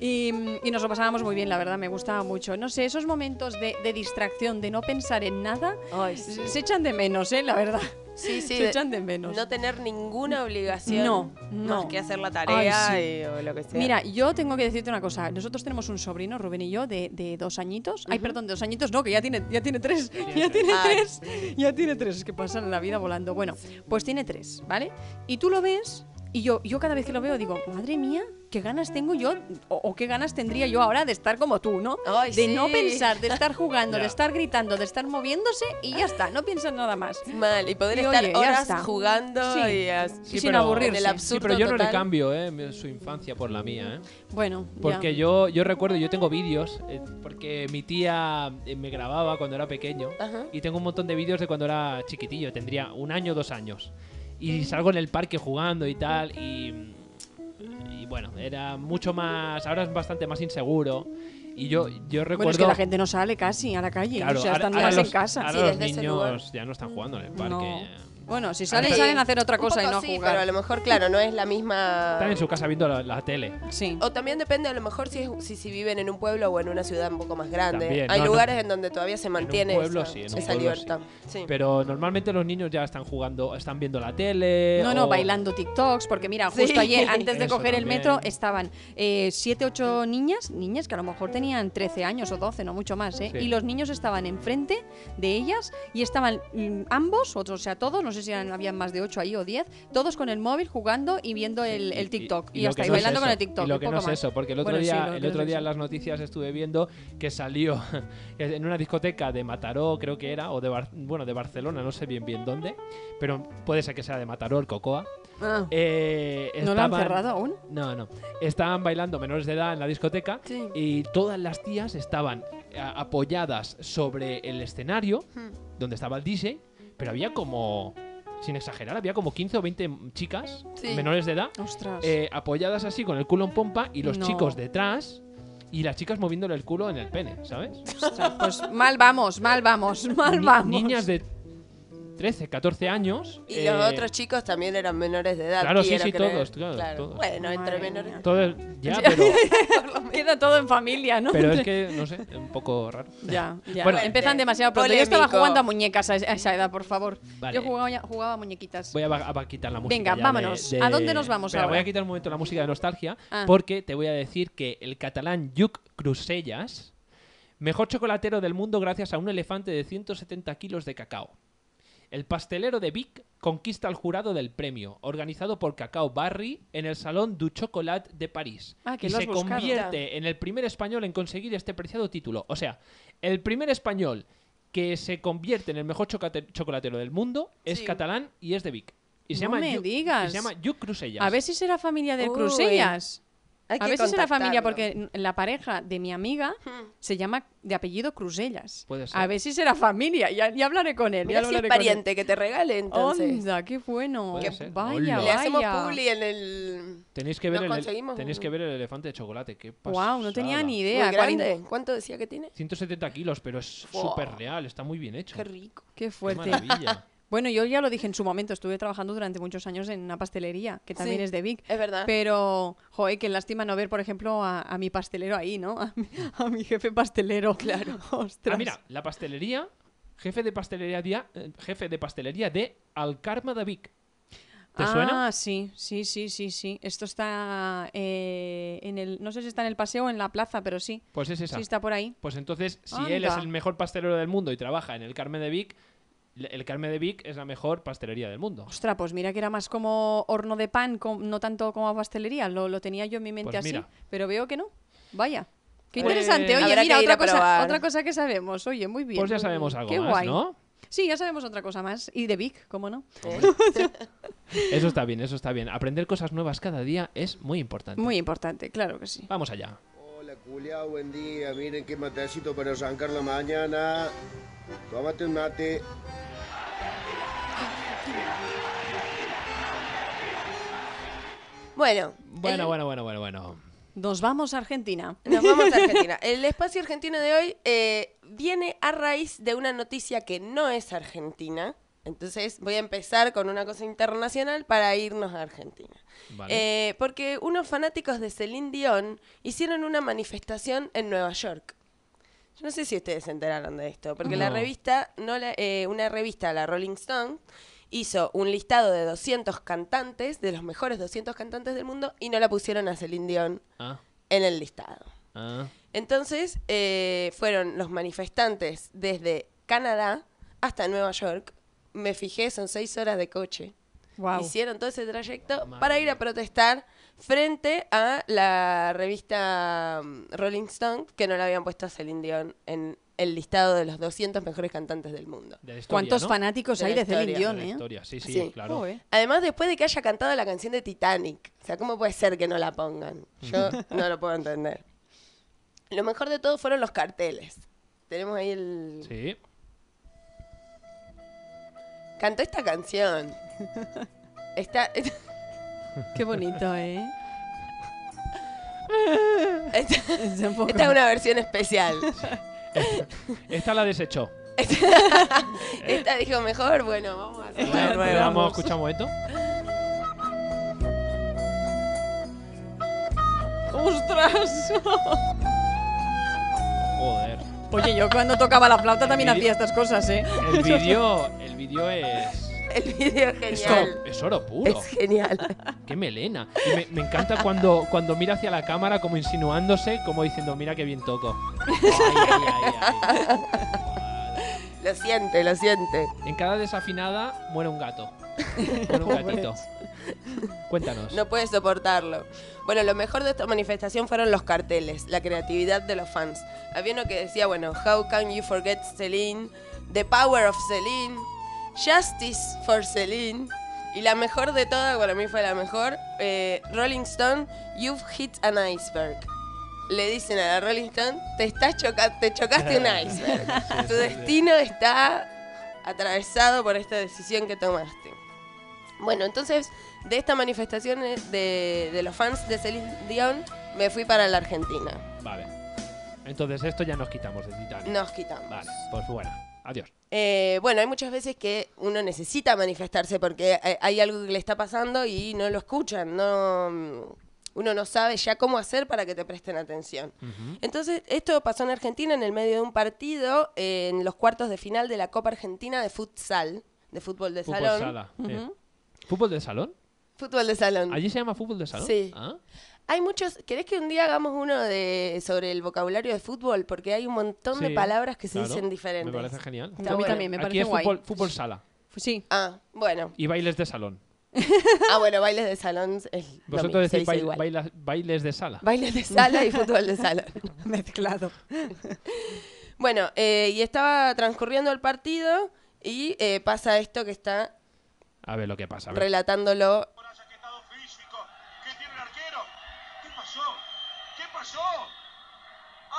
Y, mm, y nos lo pasábamos muy bien, la verdad, me gustaba mucho. No sé, esos momentos de, de distracción, de no pensar en nada,
Ay, sí.
se echan de menos, ¿eh? La verdad.
Sí, sí,
se
de-
echan de menos.
No tener ninguna obligación.
No, no.
Más que hacer la tarea
Ay,
y- o lo que sea.
Mira, yo tengo que decirte una cosa. Nosotros tenemos un sobrino, Rubén y yo, de, de dos añitos. Ay, perdón, de dos añitos, no, que ya tiene, ya tiene tres. Ya tiene
Ay.
tres. Ya tiene tres. Es que pasan la vida volando. Bueno, pues tiene tres, ¿vale? Y tú lo ves, y yo, yo cada vez que lo veo digo, madre mía, qué ganas tengo yo, o, o qué ganas tendría yo ahora de estar como tú, ¿no?
Ay,
de no
sí.
pensar, de estar jugando,
Ya.
de estar gritando, de estar moviéndose y ya está, no piensas nada más.
Mal, y poder
Y
estar
oye, ya
horas
está.
jugando
Sí.
y as-
Sí, sin aburrirse.
en el absurdo
Sí, pero yo no le
total.
cambio eh, su infancia por la mía. ¿eh?
Bueno, ya.
Porque yo, yo recuerdo, yo tengo vídeos, eh, porque mi tía eh, me grababa cuando era pequeño.
Ajá.
Y tengo un montón de vídeos de cuando era chiquitillo, tendría un año, dos años. Y salgo en el parque jugando y tal, y, y bueno, era mucho más, ahora es bastante más inseguro. Y yo, yo recuerdo...
Bueno, es que la gente no sale casi a la calle,
Claro,
o sea,
ahora-
están
ahora
más
los-
en casa.
ahora
Sí,
los
desde ese lugar.
niños ya no están jugando en el parque. eh.
No.
ya.
Bueno, si salen,
Sí.
salen a hacer otra
Un
cosa y
poco
no a
sí,
jugar.
Pero a lo mejor, claro, no es la
Están
misma.
en su casa viendo la, la tele.
Sí.
O también depende, a lo mejor, si, es- si, si viven en un pueblo o en una ciudad un poco más grande.
También,
Hay
no, no.
lugares en donde todavía se mantiene
pueblo
esa,
sí, en un
esa
pueblo sí.
libertad. Sí.
Pero normalmente los niños ya están jugando, están viendo la tele.
No, no,
o-
bailando TikToks, porque mira,
Sí.
justo ayer, antes de
Eso
coger el
también.
metro, estaban eh, siete, ocho niñas, niñas que a lo mejor tenían 13 años o 12, no mucho más, ¿eh?
Sí.
Y los niños estaban enfrente de ellas y estaban mm, ambos, otros, o sea, todos, no sé si eran, habían más de 8 ahí o 10, todos con el móvil jugando y viendo el, el TikTok. Y,
lo que
hasta ahí,
no es
bailando con
eso,
el TikTok.
Y lo
y
que
poco
no es
más.
eso, porque el otro
Bueno, sí,
día,
lo que
el
no
otro
es
día en
eso.
las noticias estuve viendo que salió en una discoteca de Mataró, creo que era, o de Bar- bueno, de Barcelona, no sé bien bien dónde, pero puede ser que sea de Mataró, el Cocoa.
Ah,
Eh,
¿No lo han
estaban-
cerrado aún?
No, no. Estaban bailando menores de edad en la discoteca
Sí.
y todas las tías estaban a- apoyadas sobre el escenario
Hmm.
donde estaba el DJ, pero había como, sin exagerar, había como 15 o 20 chicas
Sí.
menores de edad
Ostras.
eh, apoyadas así con el culo en pompa y los
No.
chicos detrás y las chicas moviéndole el culo en el pene, ¿sabes?
ostras, pues mal vamos, mal vamos, mal
Ni-
vamos.
Niñas de 13, 14 años.
Y
eh,
los otros chicos también eran menores de edad.
Claro, sí,
quiero
sí,
creer.
todos, claro, todos.
Bueno, entre
Madre
menores.
mía.
todos- ya, pero,
Queda todo en familia, ¿no?
pero es que, no sé, es un poco raro.
Ya, ya.
Bueno,
empiezan demasiado pronto.
eh, Polémico.
Yo estaba jugando a muñecas a esa a esa edad, por favor.
Vale.
Yo jugaba, ya- jugaba a muñequitas.
Voy a, ba- a ba- quitar la música.
Venga,
ya
vámonos.
de- de-
¿A dónde nos vamos
Espera,
ahora?
Voy a quitar un momento la música de nostalgia
Ah.
porque te voy a decir que el catalán Lluc Crusellas, mejor chocolatero del mundo gracias a un elefante de 170 kilos de cacao. El pastelero de Vic conquista al jurado del premio, organizado por Cacao Barry en el Salón du Chocolat de París.
Ah, que
y
lo has
se
buscado.
convierte eh, en el primer español en conseguir este preciado título. O sea, el primer español que se convierte en el mejor chocate- chocolatero del mundo es
Sí.
catalán y es de Vic. Y se
No
llama
me
Ju-
digas.
y se llama Ju Crusellas.
A ver si será familia de
Uy.
Crusellas.
Hay
A
que
ver si será familia, porque
contactarlo.
n- la pareja de mi amiga
Hmm.
se llama de apellido Crusellas.
Puede ser.
A ver si será familia. Ya, ya hablaré con él.
Mira
ya
si es
hablaré
pariente, que te regale
con él.
entonces.
Onda, qué bueno.
Puede ser.
Vaya,
Hola.
Le hacemos
vaya.
publi en el...
Tenéis que ver,
¿Lo
el,
conseguimos
tenéis
o no?
que ver el elefante de chocolate. Qué
Guau, no tenía
pasada.
ni
Muy
idea.
grande.
Cuarenta-
¿Cuánto decía que tiene?
170 kilos, pero es
Fua.
súper real, está muy bien hecho.
Qué rico.
Qué
Qué
fuerte.
maravilla. Ah,
bueno, yo ya lo dije en su momento. Estuve trabajando durante muchos años en una pastelería, que también
Sí.
es de Vic.
Es verdad.
Pero, joder, qué lástima no ver, por ejemplo, a, a mi pastelero ahí, ¿no? A mi, a mi jefe pastelero. Claro. Ostras.
Ah, mira, la pastelería, jefe de pastelería, dia- eh, jefe de pastelería de Alcarma de Vic. ¿Te
ah,
suena?
sí, sí, sí, sí, sí. Esto está eh, en el... No sé si está en el paseo o en la plaza, pero sí.
Pues es esa.
Sí está por ahí.
Pues entonces, si él es
Anda.
el mejor pastelero del mundo y trabaja en el Carmen de Vic, le- el Carmen de Vic es la mejor pastelería del mundo.
Ostras, pues mira que era más como horno de pan, com- no tanto como pastelería. Lo, lo tenía yo en mi mente
Pues
así,
mira.
pero veo que no. Vaya. Qué
Pues
interesante. Oye,
habrá
mira,
que ir
otra
a
cosa,
probar.
otra cosa que sabemos. Oye, muy bien.
Pues ya sabemos algo
Qué
más,
guay.
¿no?
Sí, ya sabemos otra cosa más. Y de Vic, ¿cómo no?
Eso está bien, eso está bien. Aprender cosas nuevas cada día es muy importante.
Muy Eh, importante, claro que sí.
Vamos allá.
Hola, culiao, buen día. Miren qué matecito para arrancar la mañana. Tómate un mate.
Bueno,
Bueno, bueno, bueno, bueno, bueno.
Nos vamos a Argentina.
Nos vamos a Argentina. El espacio argentino de hoy eh, viene a raíz de una noticia que no es argentina. Entonces voy a empezar con una cosa internacional para irnos a Argentina.
Vale.
Eh, porque unos fanáticos de Celine Dion hicieron una manifestación en Nueva York. Yo no sé si ustedes se enteraron de esto, porque la
No.
revista, no la- eh, una revista, la Rolling Stone, hizo un listado de 200 cantantes, de los mejores 200 cantantes del mundo, y no la pusieron a Celine Dion
Ah,
en el listado.
ah.
Entonces eh, fueron los manifestantes desde Canadá hasta Nueva York. Me fijé, son seis horas de coche.
Wow.
Hicieron todo ese trayecto
Madre
para ir
mía.
a protestar frente a la revista mm, Rolling Stone, que no le habían puesto a Celine Dion en el listado de los 200 mejores cantantes del mundo.
De la historia,
¿Cuántos
¿no?
fanáticos
De
hay
la
de Celine
historia,
De
Dion,
la
eh?
historia, sí, sí,
Sí.
claro.
Joder.
Además, después de que haya cantado la canción de Titanic. O sea, ¿cómo puede ser que no la pongan? Yo no lo puedo entender. Lo mejor de todo fueron los carteles. Tenemos ahí el...
Sí.
Cantó esta canción. Está,
Qué bonito, ¿eh?
esta,
Es un poco-
esta es una versión especial.
Esta la desechó.
Esta dijo mejor, bueno, vamos a hacerla de
Bueno,
nuevo.
vamos a escuchar un momento.
¡Ostras!
Joder.
Oye, yo cuando tocaba la flauta también
Mira.
hacía estas cosas, ¿eh?
El vídeo, el vídeo es,
El video es
es,
genial.
oro, es oro puro.
Es genial.
Qué melena. Y me, me encanta cuando, cuando mira hacia la cámara como insinuándose, como diciendo, mira qué bien toco. Ay, ay, ay, ay.
Lo siente, lo siente.
En cada desafinada muere un gato. Muere un gatito. Cuéntanos.
No puede soportarlo. Bueno, lo mejor de esta manifestación fueron los carteles, la creatividad de los fans. Había uno que decía, bueno, How can you forget Celine? The power of Celine. Justice for Celine. Y la mejor de todas, para mí fue la mejor, eh, Rolling Stone, You've hit an iceberg. Le dicen a la Rolling Stone, te, estás choca te chocaste un iceberg.
Sí,
Tu
sí, sí.
destino está atravesado por esta decisión que tomaste. Bueno, entonces, de esta manifestación eh, de, de los fans de Celine Dion, me fui para la Argentina.
Vale. Entonces esto ya nos quitamos de Titanic.
Nos quitamos.
Vale, pues bueno. Adiós.
Eh, bueno, hay muchas veces que uno necesita manifestarse porque eh, hay algo que le está pasando y no lo escuchan, no, mm, uno no sabe ya cómo hacer para que te presten atención. Entonces, esto pasó en Argentina en el medio de un partido eh, en los cuartos de final de la Copa Argentina de futsal, de fútbol de
Fútbol
salón.
sala. eh. ¿Fútbol de salón?
Fútbol de salón.
¿Allí se llama fútbol de salón?
Sí.
Ah.
Hay muchos. ¿Querés que un día hagamos uno de sobre el vocabulario de fútbol? Porque hay un montón de
Sí,
palabras que se
claro.
dicen diferentes.
Me parece genial.
Está
a mí
bueno.
también me
Aquí
parece
es
guay.
fútbol, fútbol sala.
Pues Sí.
Ah, bueno.
Y bailes de salón.
Ah, bueno, bailes de salón es lo mismo,
Vosotros
se
decís
dice
bail-
igual.
baila- bailes de sala.
Bailes de sala y fútbol de salón.
Mezclado.
Bueno, eh, y estaba transcurriendo el partido y eh, pasa esto que está
A ver lo que pasa. a ver.
relatándolo.
Por ese estado físico que tiene el arquero. ¿Qué pasó? ¿Qué pasó?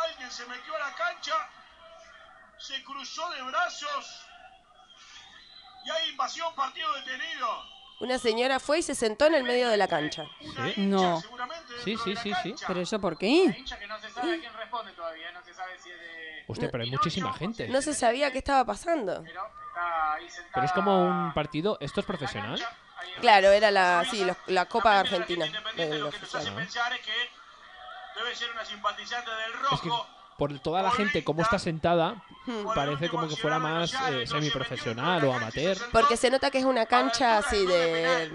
Alguien se metió a la cancha, se cruzó de brazos y hay invasión, partido detenido.
Una señora fue y se sentó en el medio de la cancha.
Una
Sí.
hincha
No.
seguramente
Sí,
dentro
sí,
de la
sí, sí.
cancha.
¿Pero eso por qué?
hincha que no se sabe a quién responde todavía, no se sabe si es de...
Hostia, pero hay muchísima gente.
No se sabía qué estaba pasando.
Pero está ahí sentada
Pero es como un partido. ¿Esto es profesional?
ahí en-
Claro, era la, sí, los- la Copa
También de
Argentina.
la gente
de
Independiente, lo
los
que nos
oficiales.
hace pensar es que debe ser una simpatizante del
Es que
rojo.
por toda la gente como está sentada,
Hmm.
Por el
parece
último
como que fuera
accionado de
más
Llaves,
eh,
no se metió
semiprofesional
en
o
la cancha y
amateur.
se
Porque
sentó.
se nota que es una cancha así de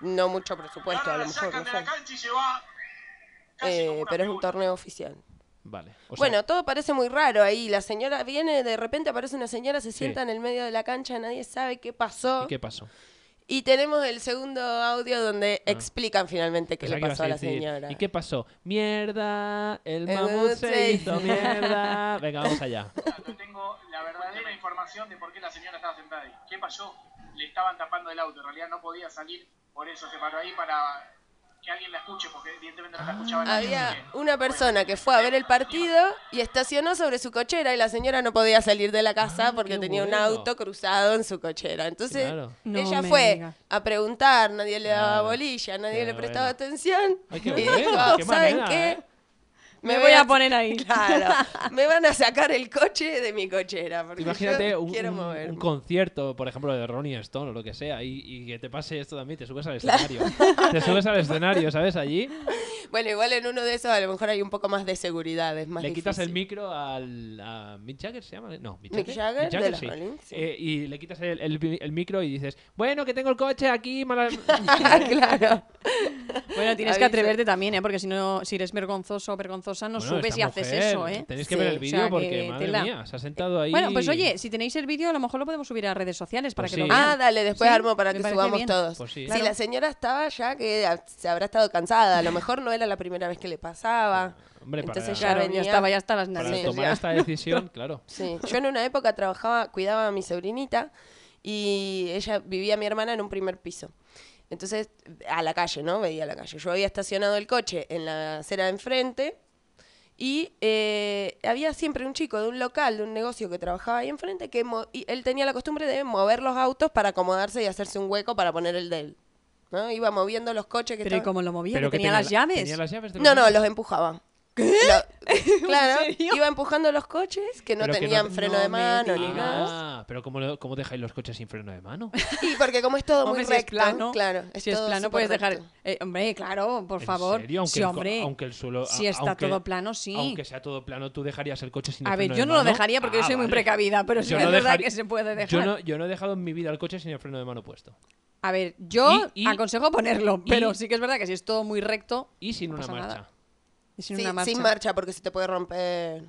no mucho presupuesto, a
Ahora
lo
la
mejor,
sacan
no
de la
sé.
cancha y se va casi como
Eh,
una
pero es un
figura.
torneo oficial.
Vale. o sea,
bueno, todo parece muy raro ahí. La señora viene, de repente aparece una señora, se sienta en el medio de la cancha, nadie sabe qué pasó.
¿y qué pasó?
Y tenemos el segundo audio donde explican finalmente qué
Ah. Pensaba
le
que ibas
pasó a la
decir,
señora.
¿Y qué pasó? Mierda, el
El
mamut se hizo mierda. Venga, vamos allá.
No tengo la verdadera información de por qué la señora estaba sentada ahí. ¿Qué pasó? Le estaban tapando el auto, en realidad no podía salir, por eso se paró ahí para que alguien la escuche, porque evidentemente no la escuchaba nadie.
Había
porque-
una persona que fue a ver el partido y estacionó sobre su cochera y la señora no podía salir de la casa
Ah,
porque
qué
tenía un
bueno.
auto cruzado en su cochera. Entonces
Claro.
No
ella
me
fue
digas.
a preguntar, nadie le daba
Claro.
bolilla, nadie
Qué
le prestaba
bueno.
atención.
Ay, qué
y
bueno,
dijo,
qué
¿saben
manera,
qué?
eh".
Me voy a poner ahí.
Claro, me van a sacar el coche de mi cochera. Porque
Imagínate
yo
un,
quiero
un- un
moverme.
concierto, por ejemplo, de Ronnie Stone o lo que sea, y, y que te pase esto también, te subes al escenario. Te subes al escenario, ¿sabes? Allí
Bueno, igual en uno de esos a lo mejor hay un poco más de seguridad, es más
le quitas el
difícil.
micro al a Mick Jagger, ¿se llama? No, Mick
Mick
Jagger.
Jagger de los
sí.
Rolling, sí.
Eh, y le quitas el, el- el micro y dices, bueno, que tengo el coche aquí, mala...
claro.
Bueno, tienes que
Avisa.
atreverte también, ¿eh? Porque si no, si eres vergonzoso o vergonzosa, no
Bueno,
subes
esta
y haces
mujer,
eso, ¿eh?
Tenéis que
Sí,
ver el
o
vídeo
sea,
porque,
que
madre
tela.
mía, se ha sentado ahí.
Bueno, pues oye, si tenéis el vídeo, a lo mejor lo podemos subir a redes sociales para
Pues
que lo
sí.
vean.
Ah, dale, después
Sí,
armo para
me
que
parece
subamos
bien.
todos.
Pues sí.
Si
Claro.
la señora estaba ya que ah, se habrá estado cansada, a lo mejor no era la primera vez que le pasaba.
Hombre, para-
Entonces ya
Claro,
venía.
ya estaba, ya está las
para
Sí,
narices.
tomar
ya.
esta decisión, claro.
Sí, yo en una época trabajaba, cuidaba a mi sobrinita y ella vivía mi hermana en un primer piso. Entonces, a la calle, ¿no? Veía la calle. Yo había estacionado el coche en la acera de enfrente y eh, había siempre un chico de un local, de un negocio que trabajaba ahí enfrente, que mo- y él tenía la costumbre de mover los autos para acomodarse y hacerse un hueco para poner el de él. ¿no? Iba moviendo los coches que
Pero ¿y
estaban-
cómo lo movía?
Pero
que
que
tenía, las
la-
llaves.
Tenía las llaves de
No, no,
niños.
los empujaba. ¿Qué? claro,
serio?
iba empujando los coches que no
Pero que no-
tenían freno
No
de
me
mano ni
digas.
nada.
Ah, pero ¿cómo, lo- ¿cómo dejáis los coches sin freno de mano?
Y porque como es todo muy
Hombre, si
recto,
es plano,
claro,
si es
todo
plano
súper
puedes dejar...
recto.
Eh, hombre, claro, por
¿En
favor.
serio? Aunque
sí,
el co-
hombre.
aunque el suelo...
Si
a-
está
aunque-
todo plano, sí.
Aunque sea todo plano, tú dejarías el coche sin
A
el
ver,
freno
yo
de
no lo
mano?
dejaría porque yo
Ah,
soy muy
vale.
precavida, pero sí
Yo
es
no
verdad
dejaría-
que se puede dejar.
Yo no, yo no he dejado en mi vida el coche sin el freno de mano puesto.
A ver, yo
Y- y-
aconsejo ponerlo,
y-
pero sí que es verdad que si es todo muy recto
Y sin
No
una
pasa
marcha.
nada. y sin
Sí,
una marcha.
sin marcha porque se te puede romper.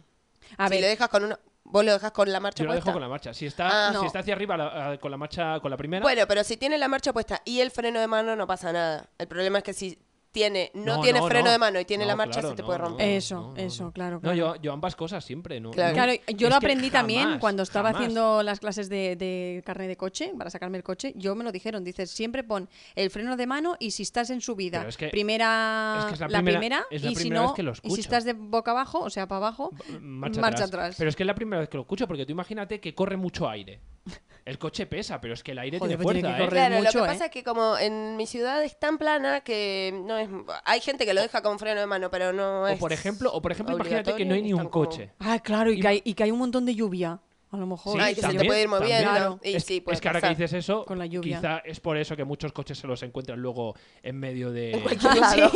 A
si
ver,
lo dejas con una vos lo dejas con la marcha
Yo lo
puesta.
dejo con la marcha. Si está,
Ah,
si
no.
está hacia arriba la- a- con la marcha, con la primera...
Bueno, pero si tiene la marcha puesta y el freno de mano no pasa nada. El problema es que si tiene no, tiene freno de mano y tiene
No,
la marcha
claro,
se te
no,
puede
no,
romper.
Eso, eso, claro,
No,
claro.
yo, yo ambas cosas siempre, ¿no?
Claro.
Claro, yo
Es
lo
que
aprendí también
jamás,
cuando estaba
jamás.
haciendo las clases de, de carnet de coche, para sacarme el coche, yo me lo dijeron, dices, siempre pon el freno de mano y si estás en subida,
Pero es que-
primera,
es que es la
la
primera-
primera,
es la
y si
primera
no,
vez que lo
y si
escucho.
estás de boca abajo, o sea, para abajo,
marcha, atrás. Pero es que es la primera vez que lo escucho, porque tú imagínate que corre mucho aire. El coche pesa, pero es que el aire
Joder,
tiene
pues tiene
fuerza,
que
¿eh?
correr
Claro,
mucho,
lo que
¿eh?
pasa es que como en mi ciudad es tan plana que no es hay gente que lo deja con freno de mano, pero no es
O por ejemplo, o por ejemplo imagínate que no hay ni un
obligatorio,
coche.
es
ah, claro, y,
Y-
que hay, y que hay un montón de lluvia, a lo mejor.
Sí,
Ay, que se te
también,
puede ir moviendo.
también.
Claro. Y
es,
sí, puede
es que ahora que
pasar.
dices eso,
Con la lluvia.
quizá es por eso que muchos coches se los encuentran luego en medio de...
tampoco- Claro.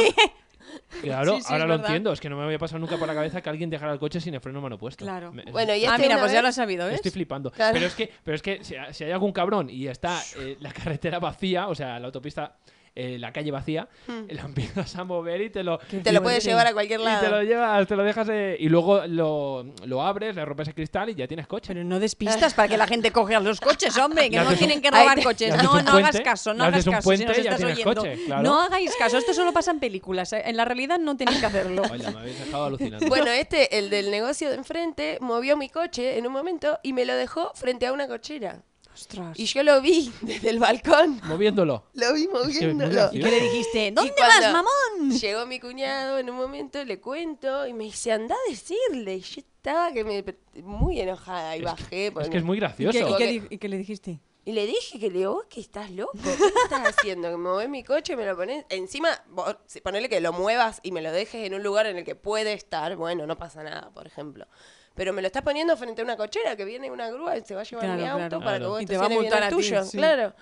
Claro,
Sí, sí,
ahora
es
lo
verdad.
entiendo. Es que no me había pasado nunca por la cabeza que alguien dejara el coche sin el freno de mano puesto.
Claro.
Me-
Bueno, y
ah,
este
mira,
una
pues ya
vez-
lo has sabido, ¿eh?
Estoy flipando.
Claro.
Pero es que, pero es que si, si hay algún cabrón y está eh, la carretera vacía, o sea, la autopista, eh, la calle vacía, lo empiezas a mover y te lo...
Hmm. Te lo puedes llevar a cualquier
Y te lo
lado.
llevas, te lo dejas eh, y luego lo, lo abres, le rompes el cristal y ya tienes coche.
Pero no despistas para que la gente coja los coches, hombre,
Le
que no
haces
tienen que
Ahí
robar
te-
le
coches.
haces
No,
un
no
puente,
hagas caso,
le
no
haces
hagas
un
caso.
puente
si nos
y ya
estás
tienes
oyendo.
coche, claro.
No hagáis caso, esto solo pasa en películas. eh, En la realidad no tenéis que hacerlo.
Oye, me habéis dejado alucinando.
Bueno, este, el del negocio de enfrente, movió mi coche en un momento y me lo dejó frente a una cochera.
Ostras.
Y yo lo vi desde el balcón.
Moviéndolo.
Lo vi
Es que es muy
moviéndolo.
gracioso.
¿Qué le dijiste? ¿Dónde vas,
cuando-
mamón?
Llegó mi cuñado en un momento, le cuento y me dice, anda a decirle. Y yo estaba que me, muy enojada y bajé.
Es
porque-
que es muy
¿Y qué, y
gracioso.
qué di- y qué le dijiste?
Y le dije que le digo, vos que estás loco, ¿qué estás haciendo? Que mueves mi coche y me lo pones. Encima, vos, si- ponele que lo muevas y me lo dejes en un lugar en el que puede estar, bueno, no pasa nada, por ejemplo. Pero me lo estás poniendo frente a una cochera que viene una grúa y se va a llevar
Claro,
mi auto
claro.
para que
Claro.
vos
Y te va a
estaciones bien
multar
el
a ti,
tuyo.
sí.
Claro.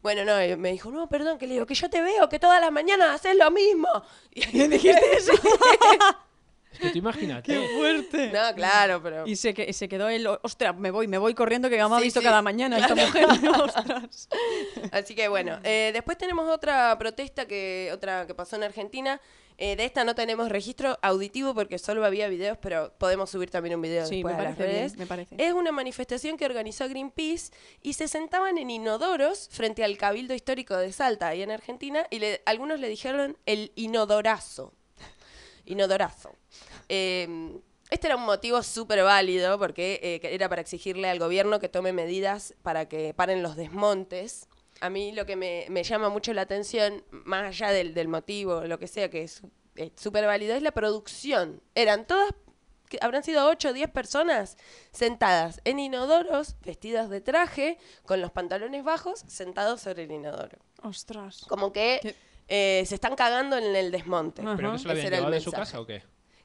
Bueno, no, y me dijo, no, perdón, que le digo, que yo te veo, que todas las mañanas haces lo mismo. Y le dije, eso?
Es que tú imagínate.
fuerte!
no, claro, pero...
Y se, que, se quedó él, ostras, me voy, me voy corriendo que ya me ha
Sí,
visto
sí.
cada mañana esta mujer. ostras.
Así que bueno, eh, después tenemos otra protesta que otra que pasó en Argentina. Eh, de esta no tenemos registro auditivo porque solo había videos, pero podemos subir también un video
Sí,
después
me
a las
parece bien,
redes.
me parece.
eh,
Es una manifestación que organizó Greenpeace y se sentaban en inodoros frente al Cabildo Histórico de Salta, ahí en Argentina, y le- algunos le dijeron el inodorazo. Inodorazo. Eh, este era un motivo súper válido porque eh, que era para exigirle al gobierno que tome medidas para que paren los desmontes. A mí lo que me, me llama mucho la atención, más allá del, del motivo, lo que sea que es eh, súper válido, es la producción. Eran todas, que habrán sido 8 o 10 personas sentadas en inodoros, vestidas de traje, con los pantalones bajos, sentados sobre el inodoro.
Ostras.
Como que
Qué-
eh, se están cagando en el desmonte.
Ah.
¿Pero
Ajá.
que se lo habían
Ese era el
llevado de su
mensaje.
casa o qué?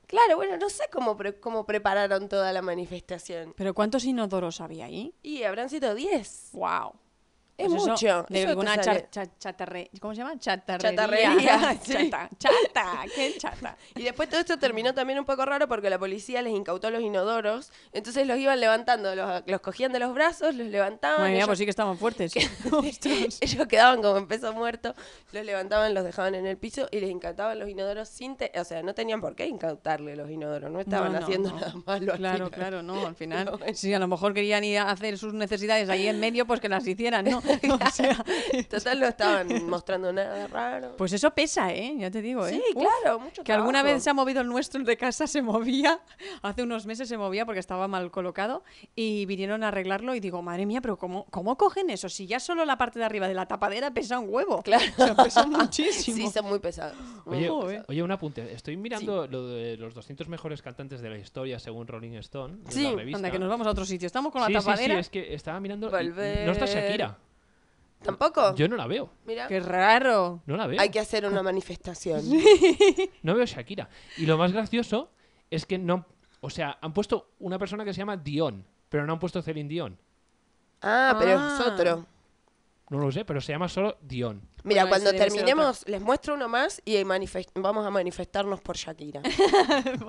Claro, bueno, no sé cómo, pre- cómo prepararon toda la manifestación.
¿Pero cuántos inodoros había ahí?
Y habrán sido 10.
¡Wow!
Es
Pues eso,
mucho.
De
Eso te
alguna
sale.
cha- cha- chatarre... ¿Cómo se llama? Chatarrería.
Chatarrería, sí.
chata, chata, qué chata.
Y después todo esto terminó también un poco raro porque la policía les incautó los inodoros. Entonces los iban levantando, los, los cogían de los brazos, los levantaban.
Madre mía,
ellos-
pues sí que estaban fuertes. Ostras.
Ellos quedaban como en peso muerto, los levantaban, los dejaban en el piso y les incautaban los inodoros sin... te- o sea, no tenían por qué incautarle los inodoros, no estaban
No, no,
haciendo
no.
nada malo. al
Claro,
final.
claro, no, al final.
Pero bueno.
Si a lo mejor querían ir a hacer sus necesidades ahí en medio, pues que las hicieran, ¿no? O sea,
Total, no estaban mostrando nada raro.
pues eso pesa, ¿eh? Ya te digo, ¿eh?
sí,
Uf,
claro, mucho
Que alguna
trabajo.
vez se ha movido el nuestro el de casa, se movía. Hace unos meses se movía porque estaba mal colocado y vinieron a arreglarlo y digo, madre mía, pero ¿cómo, cómo cogen eso? Si ya solo la parte de arriba de la tapadera pesa un huevo.
Claro.
O sea, pesa muchísimo.
Sí, son muy pesados. muy
Oye,
pesados.
Joder.
oye, un apunte. Estoy mirando lo de los 200 mejores cantantes de la historia según Rolling Stone. de
Sí.
la
Anda,
revista.
Anda, que nos vamos a otro sitio. Estamos con la
sí, sí, sí,
tapadera.
es que estaba mirando. y- y No está
Volver.
Shakira.
¿Tampoco?
Yo no la veo.
Mira,
Qué raro.
No la veo.
hay que hacer una manifestación.
No veo Shakira. Y lo más gracioso es que no. O sea, han puesto una persona que se llama Dion, pero no han puesto Celine Dion.
Ah, pero
Ah.
es otro.
No lo sé, pero se llama solo Dion.
Mira,
Bueno,
cuando
ese debe ser
terminemos, les muestro uno más y manifest- vamos a manifestarnos por Shakira.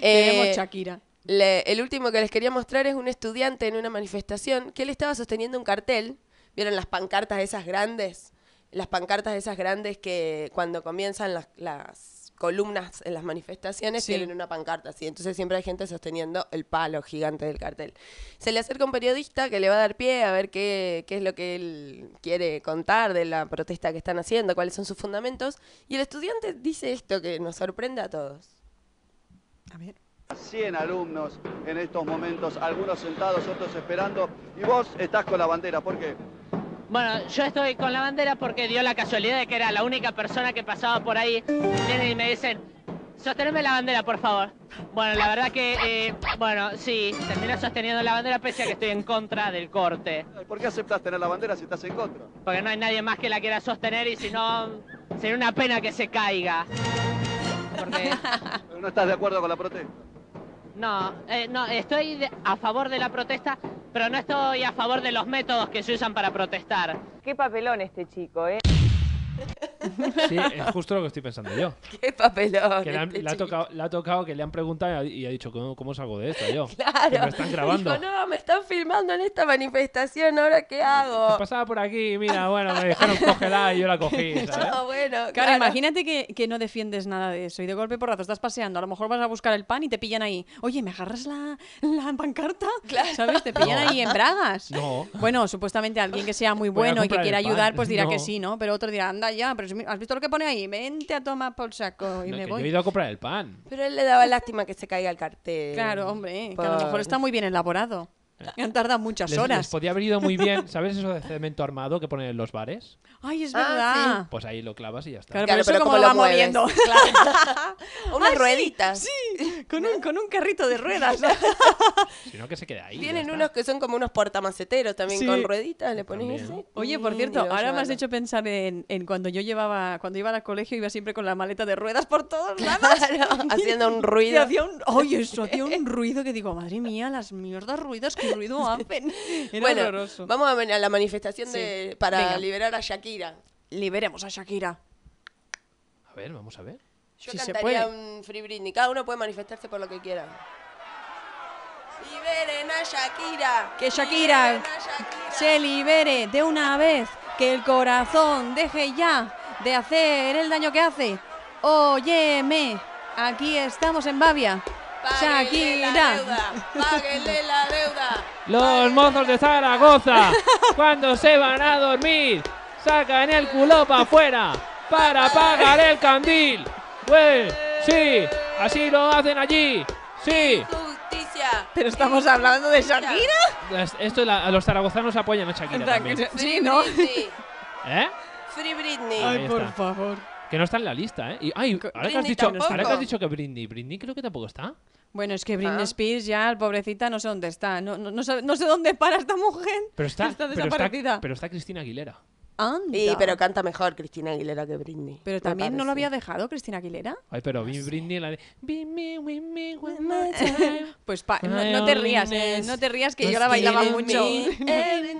Eh,
Queremos Shakira.
Le- el último que les quería mostrar es un estudiante en una manifestación que él estaba sosteniendo un cartel. ¿Vieron las pancartas esas grandes? Las pancartas esas grandes que cuando comienzan las, las columnas en las manifestaciones
Sí.
tienen una pancarta así. Entonces siempre hay gente sosteniendo el palo gigante del cartel. Se le acerca un periodista que le va a dar pie a ver qué, qué es lo que él quiere contar de la protesta que están haciendo, cuáles son sus fundamentos. Y el estudiante dice esto que nos sorprende a todos.
A ver.
100 alumnos en estos momentos, algunos sentados, otros esperando, y vos estás con la bandera, ¿por qué?
Bueno, yo estoy con la bandera porque dio la casualidad de que era la única persona que pasaba por ahí. Vienen y me dicen, sosteneme la bandera, por favor. Bueno, la verdad que, eh, bueno, sí, terminé sosteniendo la bandera pese a que estoy en contra del corte.
¿Por qué aceptás tener la bandera si estás en contra?
Porque no hay nadie más que la quiera sostener y si no, sería una pena que se caiga. Porque,
Pero no estás de acuerdo con la protesta.
no, eh, no, estoy de- a favor de la protesta, pero no estoy a favor de los métodos que se usan para protestar.
Qué papelón este chico, ¿eh?
Sí, es justo lo que estoy pensando yo.
¡Qué papelón!
Que le, han-
este
le ha
chico.
tocado, le ha tocado que le han preguntado y ha- y ha dicho, ¿cómo, cómo salgo de esto yo?
Claro.
Que me están grabando.
Dijo, no, me están filmando en esta manifestación, ¿ahora qué
Que
hago?
Pasaba por aquí, mira, bueno, me dejaron cógela y yo la cogí, ¿sabes?
No, Ah, bueno,
Claro,
claro.
imagínate que, que no defiendes nada de eso y de golpe por rato estás paseando, a lo mejor vas a buscar el pan y te pillan ahí. Oye, ¿me agarras la, la pancarta?
Claro.
¿Sabes? Te pillan ahí en bragas.
No.
Bueno, supuestamente alguien que sea muy
Voy a
bueno y que
comprar
quiera
el pan.
ayudar, pues dirá
No.
que sí, ¿no? Pero otro dirá, anda ya, pero si mi- ¿has visto lo que pone ahí? Vente a tomar por saco y
No,
me
que yo
voy.
he ido a comprar el pan.
Pero él le daba lástima que se caiga el cartel.
Claro, hombre, eh, que a lo mejor
Por-
está muy bien elaborado. Han tardado muchas
Les, les
horas.
podía haber ido muy bien, ¿sabes eso de cemento armado que ponen en los bares?
Ay, es
Ah,
verdad.
Pues ahí lo clavas y ya está.
Claro,
Claro, pero
pero, eso
¿cómo
como
lo
lo va
mueves?
moviendo.
Unas
Ah, sí,
rueditas.
Sí, con un, con un carrito de ruedas.
Si no, que se queda ahí. ya
Tienen
está.
unos que son como unos portamaceteros también
Sí.
con rueditas, le pones
También.
ese.
Oye, por
y
cierto,
lo vas
ahora me has
llevando.
hecho pensar en, en cuando yo llevaba, cuando iba al colegio iba siempre con la maleta de ruedas por todos lados.
Claro, haciendo un
Y
ruido.
hacía un, oye, eso hacía un ruido que digo, madre mía, las mierdas ruidas, qué ruido hacen. Era
bueno,
horroroso.
vamos a ven- a la manifestación
Sí.
de, para
Venga.
liberar a Shakira.
Liberemos a Shakira.
A ver, vamos a ver.
Yo
Si se
cantaría
puede.
un Free Britney. Cada uno puede manifestarse por lo que quiera. ¡Liberen a Shakira!
Que Shakira
¡Liberen a Shakira!
Se libere de una vez, que el corazón deje ya de hacer el daño que hace. Óyeme, aquí estamos en Bavia.
¡Páguenle la
Shakira.
deuda! ¡Páguenle la deuda!
Los mozos de Zaragoza, cuando se van a dormir, sacan el culo para afuera para apagar el candil. Pues, sí, así lo hacen allí. Sí.
¡Justicia!
Pero estamos hablando de Shakira.
Es- Esto la- a los zaragozanos apoyan a Shakira también.
¡Free
Sí, ¿no?
Britney!
¿eh?
¡Free Britney!
Ay,
Ay,
Ahí por
por
está.
favor.
Que no está en la lista, ¿eh? Y, ay, ahora que, has
Britney
dicho, ahora que
tampoco.
has dicho que Britney, Britney creo que tampoco está.
Bueno, es que Britney
Ah.
Spears ya, el pobrecita, no sé dónde está. No, no, no, sabe- no sé dónde para esta mujer.
Pero está,
Está
pero
desaparecida.
está, pero está Cristina Aguilera.
Anda.
Sí, pero canta mejor Cristina Aguilera que Britney.
Pero
me
también no lo
parece.
había dejado Cristina Aguilera.
Ay, pero
Ah,
vi Britney la de Be me, with me, one more time.
Pues pa- no, no te rías, eh, no te rías
pues
que yo la bailaba mucho.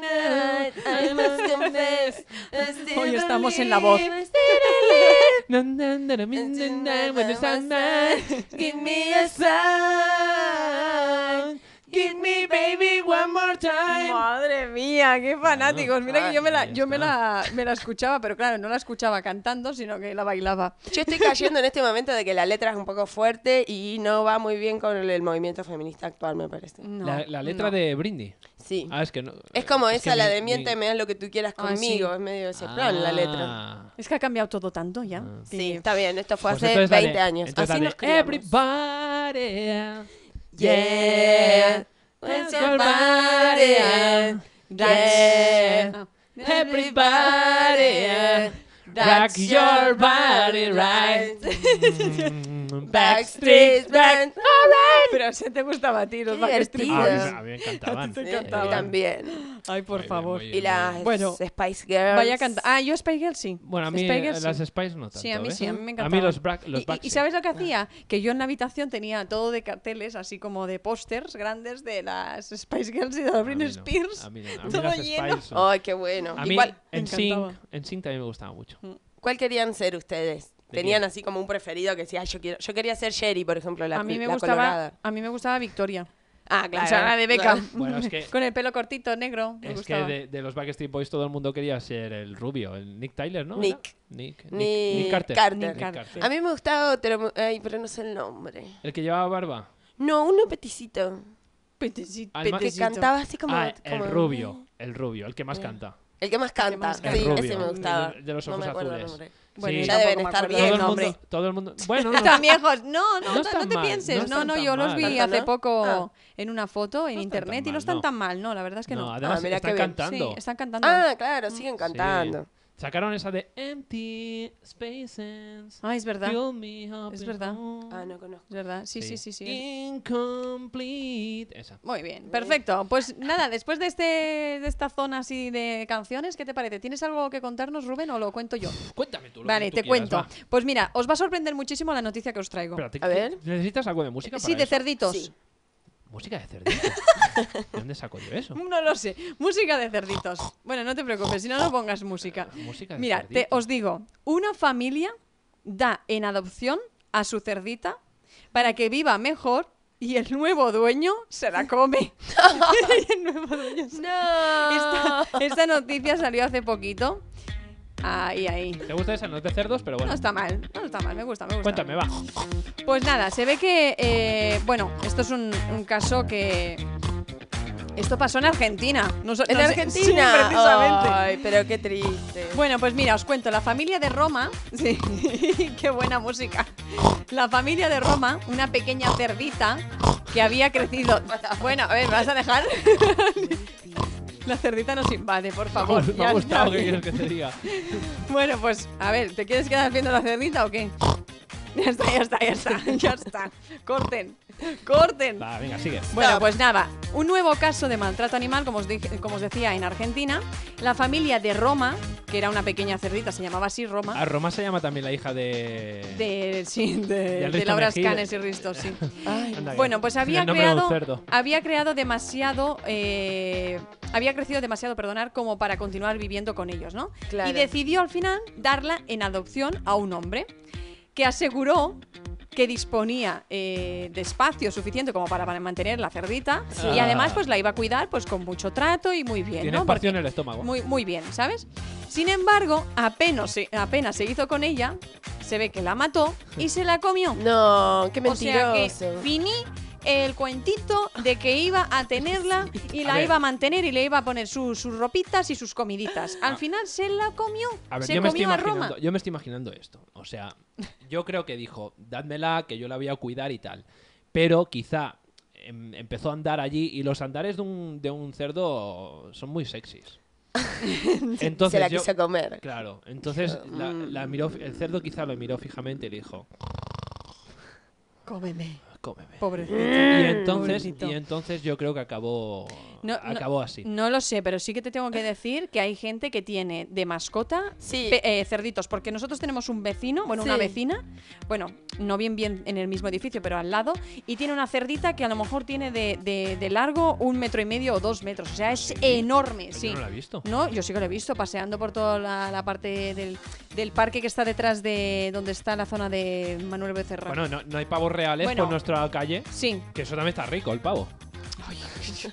Hoy estamos en la voz.
Na, na, na, na, mi, na, na, when the sun shines.
Give me a sign.
Give me, baby, one more time.
Madre mía, qué fanáticos. Mira que yo me la,
Ahí
yo me
está.
la, me la escuchaba, pero claro, no la escuchaba cantando, sino que la bailaba.
Yo estoy cayendo en este momento de que la letra es un poco fuerte y no va muy bien con el, el movimiento feminista actual, me parece.
No,
La, la letra
no.
de Britney.
Sí.
Ah, es que no.
es como esa,
que
la
mi-
de
mi-
miénteme, haz lo que tú quieras
Ah, sí.
conmigo. Es medio ese plan la letra.
Ah.
Es que ha cambiado todo tanto ya. que-
Sí, está bien, esto fue
Pues
hace
entonces la de-
20 años.
entonces la
Así
de
nos criamos.
Everybody.
Yeah.
Let's go party.
Yeah.
Everybody. Rock your body right. mm,
Backstreet Band.
Pero si te gustaba a ti, los
Qué
Backstreet
Ah,
divertido.
a
Boys.
mí- a mí me encantaban.
Te
Sí,
encantaba.
Eh,
También.
Ay,
muy
por
bien,
favor.
muy bien,
Y
muy bien.
las
Bueno.
Spice Girls.
Vaya canta. Ah, yo Spice Girls sí.
Bueno, a mí
Spice
eh,
Girls,
las
sí.
Spice no tanto.
Sí, a mí
¿ves?
sí, a mí me
A
encantaba.
mí los, Brack- los
y,
Backstreet.
sabes lo que hacía? Que yo en la habitación tenía todo de carteles, así como de pósters grandes de las Spice Girls y de las
A mí
Britney
no,
Spears.
a mí no, a mí
todo
las
lleno. Oh,
Spice no.
Ay, qué bueno.
A mí
Igual,
me
en sync,
encantaba.
en sync también me gustaba mucho.
¿Cuál querían ser ustedes?
¿De
Tenían
quién?
así como un preferido que decía, "Ay, yo quiero, yo quería ser Sherry, por ejemplo, la,
a mí me
la
gustaba,
colorada.
a mí me gustaba Victoria.
Ah, claro.
O sea, la de Beckham.
Bueno, es que,
Con el pelo cortito, negro. Me
es que
gustaba.
de, de los Backstreet Boys todo el mundo quería ser el rubio, el Nick Tyler, ¿no?
Nick.
¿Era? Nick. Nick,
Nick
Nick Carter.
Carter.
Nick
Nick Carter.
Carter.
A mí me gustaba otro, mu- ay, pero no sé el nombre.
El que llevaba barba.
No, uno peticito.
Petecito,
Alma-
Que
petecito.
cantaba así como,
ah, el
como-
rubio. El rubio, el que más canta.
El que más canta.
más
El
sí,
rubio.
ese me gustaba.
De, de los
No
ojos
me acuerdo el
azules.
nombre.
Bueno,
Sí.
Ya deben estar
todo
bien,
el
hombre.
mundo, todo el mundo. Bueno, no,
Están viejos. No, no,
No
no,
están
no te
mal, no
piensos. No,
están
no,
tan
yo los
mal.
vi
¿Tanto
hace
no?
poco
Ah.
en una foto en
No están tan
internet y
mal,
no están
no.
tan mal, no, la verdad es que
no,
no.
además
Ah, mira
están
qué bien.
cantando.
Sí, están cantando.
Ah, claro, siguen cantando.
Mm. Sí. Sacaron esa de Empty Spaces.
Ah, es verdad.
Fill me up
Es
and
verdad.
full.
Ah, no conozco.
Es verdad. Sí, sí, sí, sí.
Incomplete. Esa.
Muy bien, perfecto. Pues nada, después de, este, de esta zona así de canciones, ¿qué te parece? ¿Tienes algo que contarnos, Rubén, o lo cuento yo?
Pues Cuéntame tú. Lo
Vale,
que tú
te
quieras,
cuento.
va.
Pues mira, os va a sorprender muchísimo la noticia que os traigo.
Espérate,
A ver.
¿Necesitas algo de música?
Sí,
para
de
eso?
cerditos.
Sí.
Música de cerdito. ¿De dónde saco yo eso?
No lo sé. Música de cerditos. Bueno, no te preocupes, si no, no pongas música.
Música de
Mira, te,
cerdito.
os digo, una familia da en adopción a su cerdita para que viva mejor y el nuevo dueño se la come. Y el nuevo dueño se-
No.
esta, esta noticia salió hace poquito. Ahí, ahí.
¿Te gusta esa? No es de cerdos, pero bueno.
No está mal, no está mal, me gusta, me gusta.
Cuéntame, va.
Pues nada, se ve que, eh, bueno, esto es un, un caso que... Esto pasó en Argentina. No so-
En
no sé-
Argentina.
Sí, precisamente.
Ay, pero qué triste.
Bueno, pues mira, os cuento, la familia de Roma, sí, qué buena música. La familia de Roma, una pequeña cerdita que había crecido. Bueno, a ver, ¿me vas a dejar? La cerdita nos invade, por favor.
me
Ya
ha gustado,
está
¿qué
bien.
quieres que te diga?
Bueno, pues, a ver, ¿te quieres quedar viendo la cerdita o qué? Ya está, ya está, ya está, ya está. Corten, corten.
Va, venga, sigue.
Bueno, pues nada, un nuevo caso de maltrato animal, como os, dije- como os decía, en Argentina. La familia de Roma, que era una pequeña cerdita, se llamaba así Roma.
A Roma Ah, se llama también la hija de.
De, sí,
De
de, de
Risto
Laura
Mejide.
Scanes y Risto, sí.
Anda, que-
Bueno, pues había
el nombre de un
creado,
cerdo.
había creado demasiado, eh, había crecido demasiado, perdonar, como para continuar viviendo con ellos, ¿no?
Claro.
Y decidió al final darla en adopción a un hombre que aseguró que disponía eh, de espacio suficiente como para, para mantener la cerdita
Sí.
y además
Ah.
pues la iba a cuidar pues con mucho trato y muy bien,
Tiene
¿no?
espacio
Porque-
en el estómago.
muy, muy bien, ¿sabes? Sin embargo, apenas se, apenas se hizo con ella, se ve que la mató y se la comió.
No, qué
O sea
mentiroso.
que finí el cuentito de que iba a tenerla y
A
la
ver.
iba a mantener y le iba a poner su- sus ropitas y sus comiditas. Al final se la comió.
Ah. A ver,
se
yo me, estoy
comió a Roma.
imaginando, yo me estoy imaginando esto. O sea, yo creo que dijo, dádmela, que yo la voy a cuidar y tal. Pero quizá em, empezó a andar allí y los andares de un, de un cerdo son muy sexys. Entonces
se la
yo-
quiso comer.
Claro, entonces la- la miró- el cerdo quizá lo miró fijamente y le dijo,
Cómeme,
cómeme.
pobre.
Y entonces,
Mm, Pobrecito.
y entonces yo creo que acabó,
No, no-
acabó así.
No lo sé, pero sí que te tengo
Eh.
que decir que hay gente que tiene de mascota
Sí.
pe- eh, cerditos, porque nosotros tenemos un vecino, bueno, una
Sí.
vecina, bueno, no bien bien en el mismo edificio, pero al lado, y tiene una cerdita que a lo mejor tiene de, de- de largo un metro y medio o dos metros, o sea, es enorme,
Yo
sí.
no lo he visto.
No, yo sí que lo he visto paseando por toda la, la parte del, del parque que está detrás de donde está la zona de Manuel Becerra.
Bueno, no, no hay pavos reales
Bueno.
por nuestra calle.
sí.
Que eso también está rico, el pavo.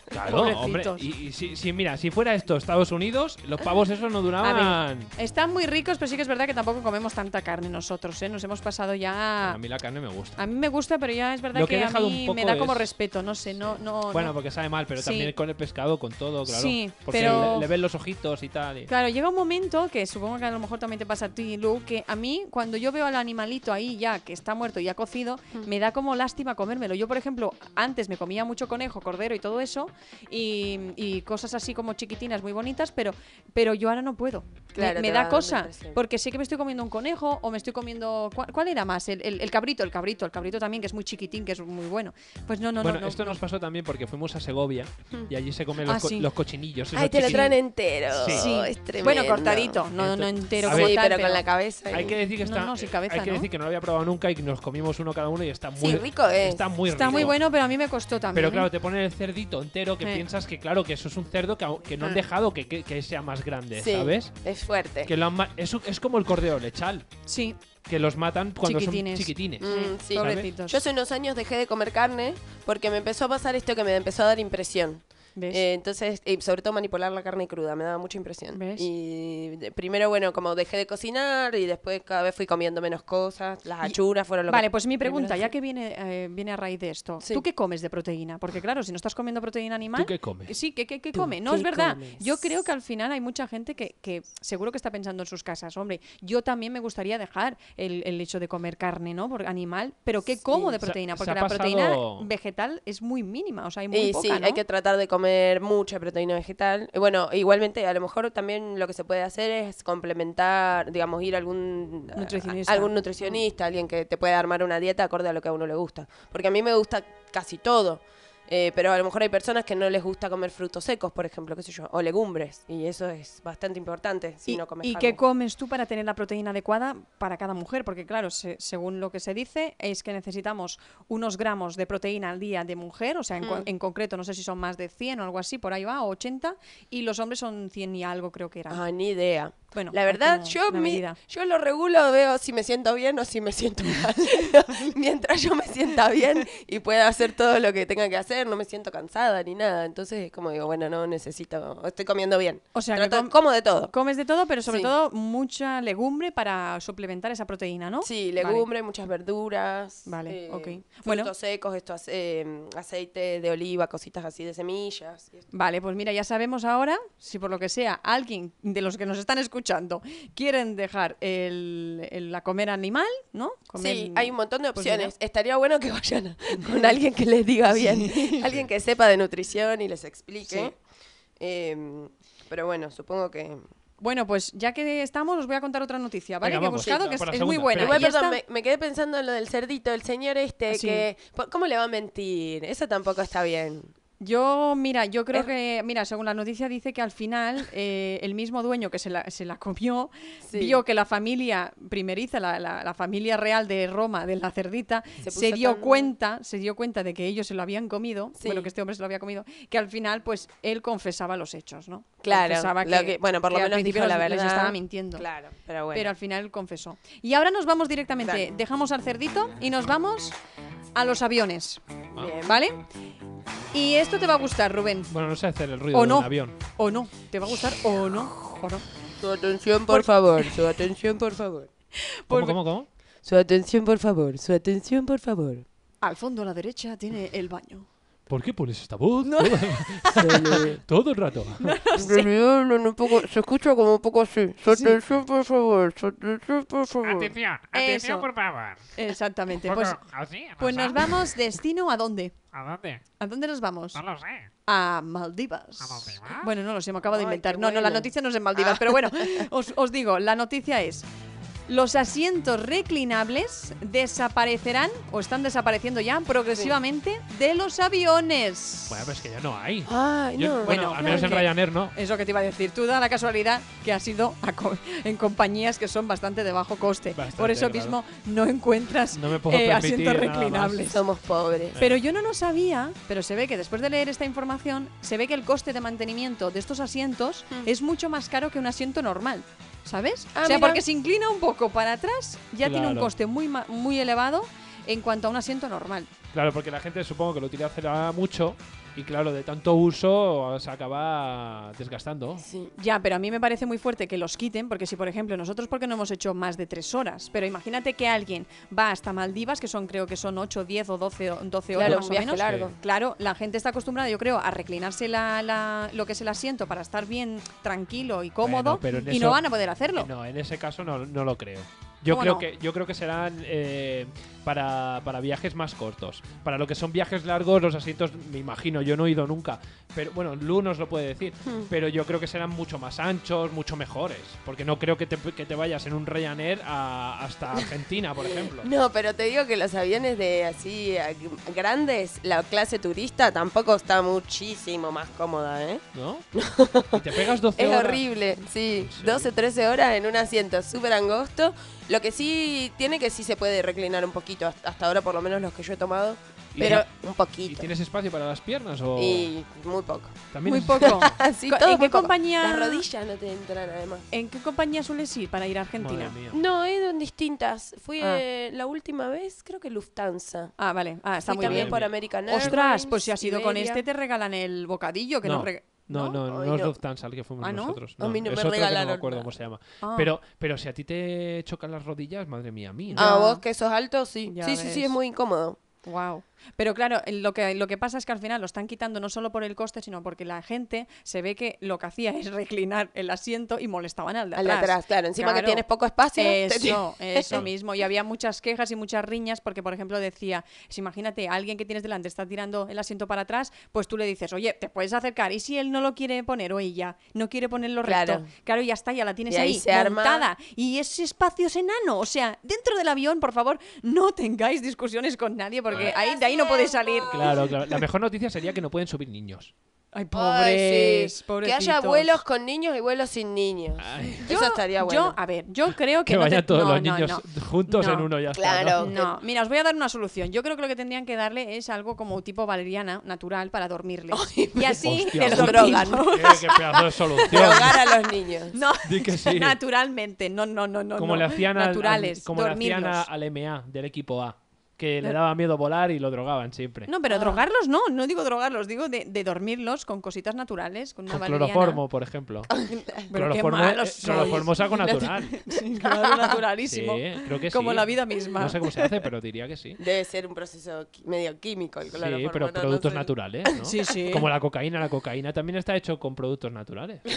Claro, hombre.
Pobrecitos.
Y, y si, si- mira, si fuera esto Estados Unidos, los pavos esos no
A
duraban.
Están muy ricos, pero sí que es verdad que tampoco comemos tanta carne nosotros, ¿eh? Nos hemos pasado ya...
A mí la carne me gusta.
A mí me gusta, pero ya es verdad
Lo que
que,
he
a
dejado un
mí
poco
me da como
es-
respeto, no sé, no, no.
Bueno,
no.
porque sabe mal, pero
Sí.
también con el pescado, con todo, claro.
Sí,
porque
pero-
le, le ven los ojitos y tal. y-
Claro, llega un momento que supongo que a lo mejor también te pasa a ti, Lu, que a mí cuando yo veo al animalito ahí ya que está muerto y ya cocido,
Mm.
me da como lástima comérmelo. Yo, por ejemplo, antes me comía mucho conejo, cordero y todo eso, y, y cosas así como chiquitinas muy bonitas, pero, pero yo ahora no puedo. Me-
Claro, te
me,
va
da
dando
cosa,
impresión.
porque sé que me estoy comiendo un conejo o me estoy comiendo... ¿Cuál, cuál era más? El, el- el cabrito, el cabrito, el cabrito también, que es muy chiquitín, que es muy bueno. Pues no, no,
bueno,
no, no.
esto nos pasó también porque fuimos a Segovia y allí se comen los,
Ah,
co-
sí.
los cochinillos. esos
Ay, te lo
chiquititos.
traen entero.
Sí.
Es tremendo.
Bueno, cortadito, no, no
Entonces-
entero
Ah. A
como
ver.
sí,
tal,
pero con la cabeza. y-
Hay que decir que
No,
está.
no, sin cabeza,
hay que
¿no?
decir que no lo había probado nunca y nos comimos uno cada uno y está muy
Sí, rico es.
Está muy
Está
rico.
muy bueno, pero a mí me costó también.
Pero claro,
¿eh?
te ponen el cerdito entero que
Sí.
piensas que, claro, que eso es un cerdo que, au- que no han
Ah.
dejado que, que- que sea más grande,
Sí,
¿sabes?
Es fuerte.
Que lo han ma- es, un- es como el cordero lechal,
Sí,
que los matan cuando son
Chiquitines.
chiquitines.
Mm, sí.
pobrecitos.
Yo hace unos años dejé de comer carne porque me empezó a pasar esto que me empezó a dar impresión.
¿Ves?
Eh, entonces, y sobre todo manipular la carne cruda, me daba mucha impresión.
¿Ves?
Y de- primero, bueno, como dejé de cocinar y después cada vez fui comiendo menos cosas, las achuras fueron lo
Vale,
que...
pues mi pregunta,
primero
ya que viene, eh, viene a raíz de esto,
Sí.
¿tú qué comes de proteína? Porque claro, si no estás comiendo proteína animal...
¿Tú qué comes?
Sí, ¿qué, qué, qué come? No,
qué
es verdad.
comes?
Yo creo que al final hay mucha gente que, que seguro que está pensando en sus casas. Hombre, yo también me gustaría dejar el, el hecho de comer carne, ¿no? Por animal, pero ¿qué como de
Se-
proteína?
se
Porque
ha
la
pasado-
proteína vegetal es muy mínima, o sea, hay muy
Y
poca,
Eh, sí,
¿no?
hay que tratar de comer mucha proteína vegetal. Y bueno, igualmente, a lo mejor también lo que se puede hacer es complementar, digamos, ir a algún a-
Nutricionista.
algún nutricionista, alguien que te pueda armar una dieta acorde a lo que a uno le gusta. Porque a mí me gusta casi todo. Eh, pero a lo mejor hay personas que no les gusta comer frutos secos, por ejemplo, qué sé yo, o legumbres. Y eso es bastante importante si
¿Y,
no comes
y
carne.
qué comes tú para tener la proteína adecuada para cada mujer? Porque claro, se- según lo que se dice, es que necesitamos unos gramos de proteína al día de mujer, o sea,
Mm.
en, co- en concreto, no sé si son más de 100 o algo así, por ahí va, o 80, y los hombres son 100 y algo creo que eran.
Ah, ni idea.
Bueno,
la
hay
verdad,
como
yo,
una
mi-
medida.
yo lo regulo, veo si me siento bien o si me siento mal. Mientras yo me sienta bien y pueda hacer todo lo que tenga que hacer, no me siento cansada ni nada. Entonces es como digo, bueno, no necesito, estoy comiendo bien.
O sea, que
Trato-
com-
como de todo.
Comes de todo, pero sobre
Sí.
todo mucha legumbre para suplementar esa proteína, ¿no?
Sí,
Vale.
legumbre, muchas verduras. eh,
Vale, ok.
Frutos
Bueno.
secos, esto, hace- eh, aceite de oliva, cositas así de semillas. y esto.
Vale, pues mira, ya sabemos ahora si por lo que sea alguien de los que nos están escuchando quieren dejar el, el- la comer animal, ¿no? Comer-
Sí, hay un montón de
pues mira.
opciones. Estaría bueno que vayan a- con alguien que les diga bien, alguien que sepa de nutrición y les explique. Eh, pero bueno, supongo que...
Bueno, pues ya que estamos, os voy a contar otra noticia, ¿vale?
Venga,
que he
vamos.
buscado,
Sí,
que es,
para la
es muy
segunda,
buena.
espera.
Igual,
Y esta-
perdón, me, me quedé pensando en lo del cerdito, el señor este
Sí.
que... po- ¿Cómo le va a mentir? Eso tampoco está bien.
Yo, mira, yo creo
Es-
que, mira, según la noticia dice que al final eh, el mismo dueño que se la, se la comió
Sí.
vio que la familia primeriza, la, la- la familia real de Roma, de la cerdita,
Se
se,
puso
dio
tan-
cuenta, se dio cuenta de que ellos se lo habían comido,
Sí.
bueno, que este hombre se lo había comido, que al final, pues, él confesaba los hechos, ¿no?
Claro,
Confesaba
lo que- bueno, por lo
que al
menos
principio
dijo la
les- les
verdad.
estaba mintiendo.
Claro, pero bueno.
Pero al final confesó. Y ahora nos vamos directamente,
Dale.
dejamos al cerdito y nos vamos a los aviones,
Bien.
¿vale? Y esto te va a gustar, Rubén.
Bueno, no sé hacer el ruido
O
de
no.
un avión.
O no, te va a gustar o no. O no.
Su atención, por favor, su atención, por favor.
¿Cómo, cómo, cómo?
Su atención, por favor, su atención, por favor.
Al fondo a la derecha tiene el baño.
¿Por qué pones esta voz? Todo el rato.
No, no, un poco, se escucha como un poco así. Su atención, por favor, su atención, por favor.
Atención, atención,
Eso.
por favor.
Exactamente.
Un
Pues,
poco ¿ah, así, no
pues
sé.
nos vamos destino a dónde.
¿A dónde?
¿A dónde nos vamos?
No lo sé.
A Maldivas.
¿A Maldivas?
Bueno, no lo sé, me acabo de
Ay,
inventar.
qué
No, no, la
bueno.
noticia no es en Maldivas,
Ah.
pero bueno, os, os digo, la noticia es... Los asientos reclinables desaparecerán o están desapareciendo ya progresivamente de los aviones.
Bueno, pero es que ya no hay.
Ay,
Yo-
no.
bueno,
Bueno,
al menos en
porque-
Ryanair no.
Es lo que te iba a decir. Tú da la casualidad que has ido a co- en compañías que son bastante de bajo coste.
Bastante,
Por eso
claro.
mismo no encuentras
No me puedo
eh,
permitir
asientos
nada más.
reclinables.
Somos pobres.
Pero yo no lo sabía, pero se ve que después de leer esta información, se ve que el coste de mantenimiento de estos asientos es mucho más caro que un asiento normal. ¿Sabes?
Mm. Ah,
o sea,
mira.
porque se inclina un poco para atrás, ya tiene un
Claro.
coste muy, ma- muy elevado en cuanto a un asiento normal.
Claro, porque la gente supongo que lo utilizará mucho y claro, de tanto uso se acaba desgastando.
Sí.
Ya, pero a mí me parece muy fuerte que los quiten, porque si, por ejemplo, nosotros porque no hemos hecho más de tres horas, pero imagínate que alguien va hasta Maldivas, que son creo que son 8, 10 o 12, o- 12 horas
Claro,
más
un
o
viaje
menos.
largo.
Claro, la gente está acostumbrada, yo creo, a reclinarse la, la- lo que es el asiento para estar bien tranquilo y cómodo,
Bueno, pero en
y
eso-
no van a poder hacerlo.
Eh, No, en ese caso no, no lo creo. Yo
¿Cómo
creo,
no?
que, yo creo que serán eh, para, para viajes más cortos. Para lo que son viajes largos, los asientos, me imagino, yo no he ido nunca. Pero bueno, Lu nos lo puede decir. Pero yo creo que serán mucho más anchos, mucho mejores. Porque no creo que te, que te vayas en un Ryanair a- hasta Argentina, por ejemplo.
No, pero te digo que los aviones de así eh, grandes, la clase turista tampoco está muchísimo más cómoda, ¿eh?
¿No? Y te pegas 12
Es
horas.
horrible, sí.
Sí.
12, 13 horas en un asiento súper angosto. Lo que sí tiene que sí se puede reclinar un poquito, hasta hasta ahora por lo menos los que yo he tomado,
Y
pero
tiene-
un
¿Y
poquito.
tienes espacio para las piernas o
Y muy poco.
también
Muy
es-
poco.
Así,
Co-
todo
¿En
muy
qué
poco.
compañía?
Las rodillas no te entran, además.
¿En qué compañía sueles ir para ir a
Madre
Argentina?
mía.
No, he ido en distintas. Fui
Ah.
eh, la última vez, creo que Lufthansa.
Ah, vale. Ah, está
Fui
muy
también
bien.
por American
Ostras,
Airlines,
pues si has ido con
Iberia.
este te regalan el bocadillo que
No.
nos reg-
No, no, no,
Ay,
es
no.
Lufthansa el que fuimos
Ah, ¿no?
nosotros.
A mí no
es
me
otro que no
regalaron
me acuerdo
nada.
cómo se llama.
Ah.
Pero, pero si a ti te chocan las rodillas, madre mía, ¿eh? mía.
Ah,
Ya.
vos que sos alto, sí.
Ya
sí, sí, sí,
ves.
es muy incómodo.
Wow. Pero claro, lo que, lo que pasa es que al final lo están quitando no solo por el coste, sino porque la gente se ve que lo que hacía es reclinar el asiento y molestaban al de
Al
atrás.
de atrás, claro. Encima que
Claro.
tienes poco espacio. te tienes-
Eso, eso mismo. Y había muchas quejas y muchas riñas porque, por ejemplo, decía, si imagínate, alguien que tienes delante está tirando el asiento para atrás, pues tú le dices, oye, te puedes acercar. Y si él no lo quiere poner o ella no quiere ponerlo recto,
Claro.
claro, ya está, ya la tienes
Y ahí
ahí,
se arma.
montada. Y ese espacio es enano. O sea, dentro del avión, por favor, no tengáis discusiones con nadie porque ahí, de ahí ahí no podés salir.
Claro, claro. La mejor noticia sería que no pueden subir niños.
Ay,
Ay,
pobres,
sí. Que
pobrecitos.
haya vuelos con niños y vuelos sin niños.
Ay,
Eso estaría bueno.
Yo, a ver, yo creo que,
que
no te-
vayan todos
no,
los
no,
niños
no.
juntos
No.
en uno y ya está, ¿no?
Claro.
No, mira, os voy a dar una solución. Yo creo que lo que tendrían que darle es algo como tipo valeriana, natural, para dormirles. y así
Hostia,
les
uy,
drogan.
Qué, qué pedazo de solución.
Drogar a los niños.
No,
Di que sí.
naturalmente, no, no, no, no.
como
no.
le hacían, al,
naturales,
al- como le hacían
dormirlos.
a- al MA del equipo A, que le daba miedo volar y lo drogaban siempre.
No, pero drogarlos no, no digo drogarlos, digo de, de dormirlos con cositas naturales, con una
Con
valeriana.
cloroformo, por ejemplo.
Pero qué
Cloroformo,
malos
eh,
sois.
cloroformo es algo natural.
Sí, claro, naturalísimo.
Sí, creo que
Como
sí.
la vida misma.
No sé cómo se hace, pero diría que sí.
Debe ser un proceso qui- medio químico el
Sí,
cloroformo,
pero
no- no
productos
sé.
naturales, ¿no?
Sí, sí.
Como la cocaína. La cocaína también está hecho con productos naturales.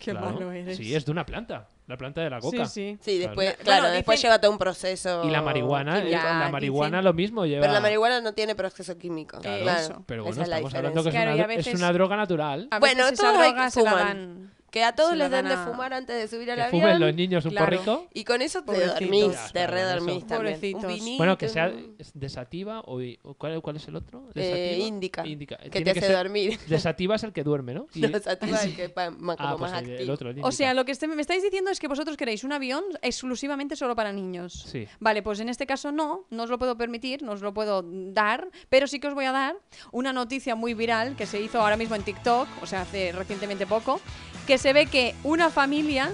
Qué
Claro.
malo eres.
Sí, es de una planta. La planta de la coca.
Sí, sí.
Sí,
Claro.
después, claro,
Bueno,
después
dicen-
lleva todo un proceso.
Y la marihuana, eh,
químico.
Ya,
la marihuana
dicen-
lo mismo lleva.
Pero la marihuana no tiene proceso químico.
Claro.
Claro.
Eso.
Pero bueno,
Esa es la
estamos hablando que es,
diferencia.
una,
Claro, y a
es
veces-
una droga natural.
A
Bueno,
veces
todos
esa
hay
droga
que
se la
fuman.
dan.
Que a todos
Se la
les den
dan
de
a-
fumar antes de subir al
Que fumen los
avión.
niños un
Claro.
porrico.
Y con eso te
Pobrecitos.
dormís,
Claro,
te
con eso.
redormís también. Un
Pobrecitos.
vinito,
Bueno, que sea eh,
un-
desativa o, o ¿cuál, cuál es el otro?
Eh,
Desativa.
indica.
Indica.
Que
Tiene
te hace
ser-
dormir.
Desativa es el que duerme, ¿no? Y-
Los activa el que pa- ma- como
ah, pues
más
el, el
activo.
otro. el
O sea,
indica.
lo que este- me estáis diciendo es que vosotros queréis un avión exclusivamente solo para niños.
Sí.
Vale, pues en este caso no, no os lo puedo permitir, no os lo puedo dar, pero sí que os voy a dar una noticia muy viral que se hizo ahora mismo en TikTok, o sea, hace recientemente poco, que se ve que una familia,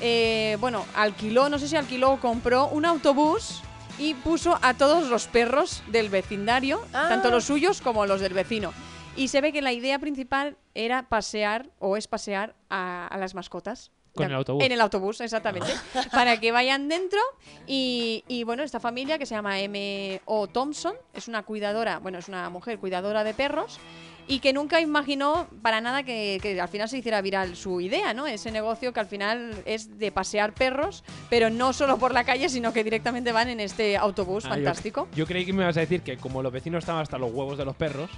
eh, bueno, alquiló, no sé si alquiló o compró un autobús y puso a todos los perros del vecindario,
Ah.
tanto los suyos como los del vecino. Y se ve que la idea principal era pasear o es pasear a, a las mascotas.
Con
De-
el autobús. Ah.
En el autobús, exactamente. para que vayan dentro. Y, y, bueno, esta familia que se llama M.O. Thompson es una cuidadora, bueno, es una mujer cuidadora de perros y que nunca imaginó para nada que, que al final se hiciera viral su idea, ¿no? Ese negocio que al final es de pasear perros, pero no solo por la calle, sino que directamente van en este autobús
Ah, yo-
fantástico.
Yo, creí que me ibas a decir que como los vecinos estaban hasta los huevos de los perros,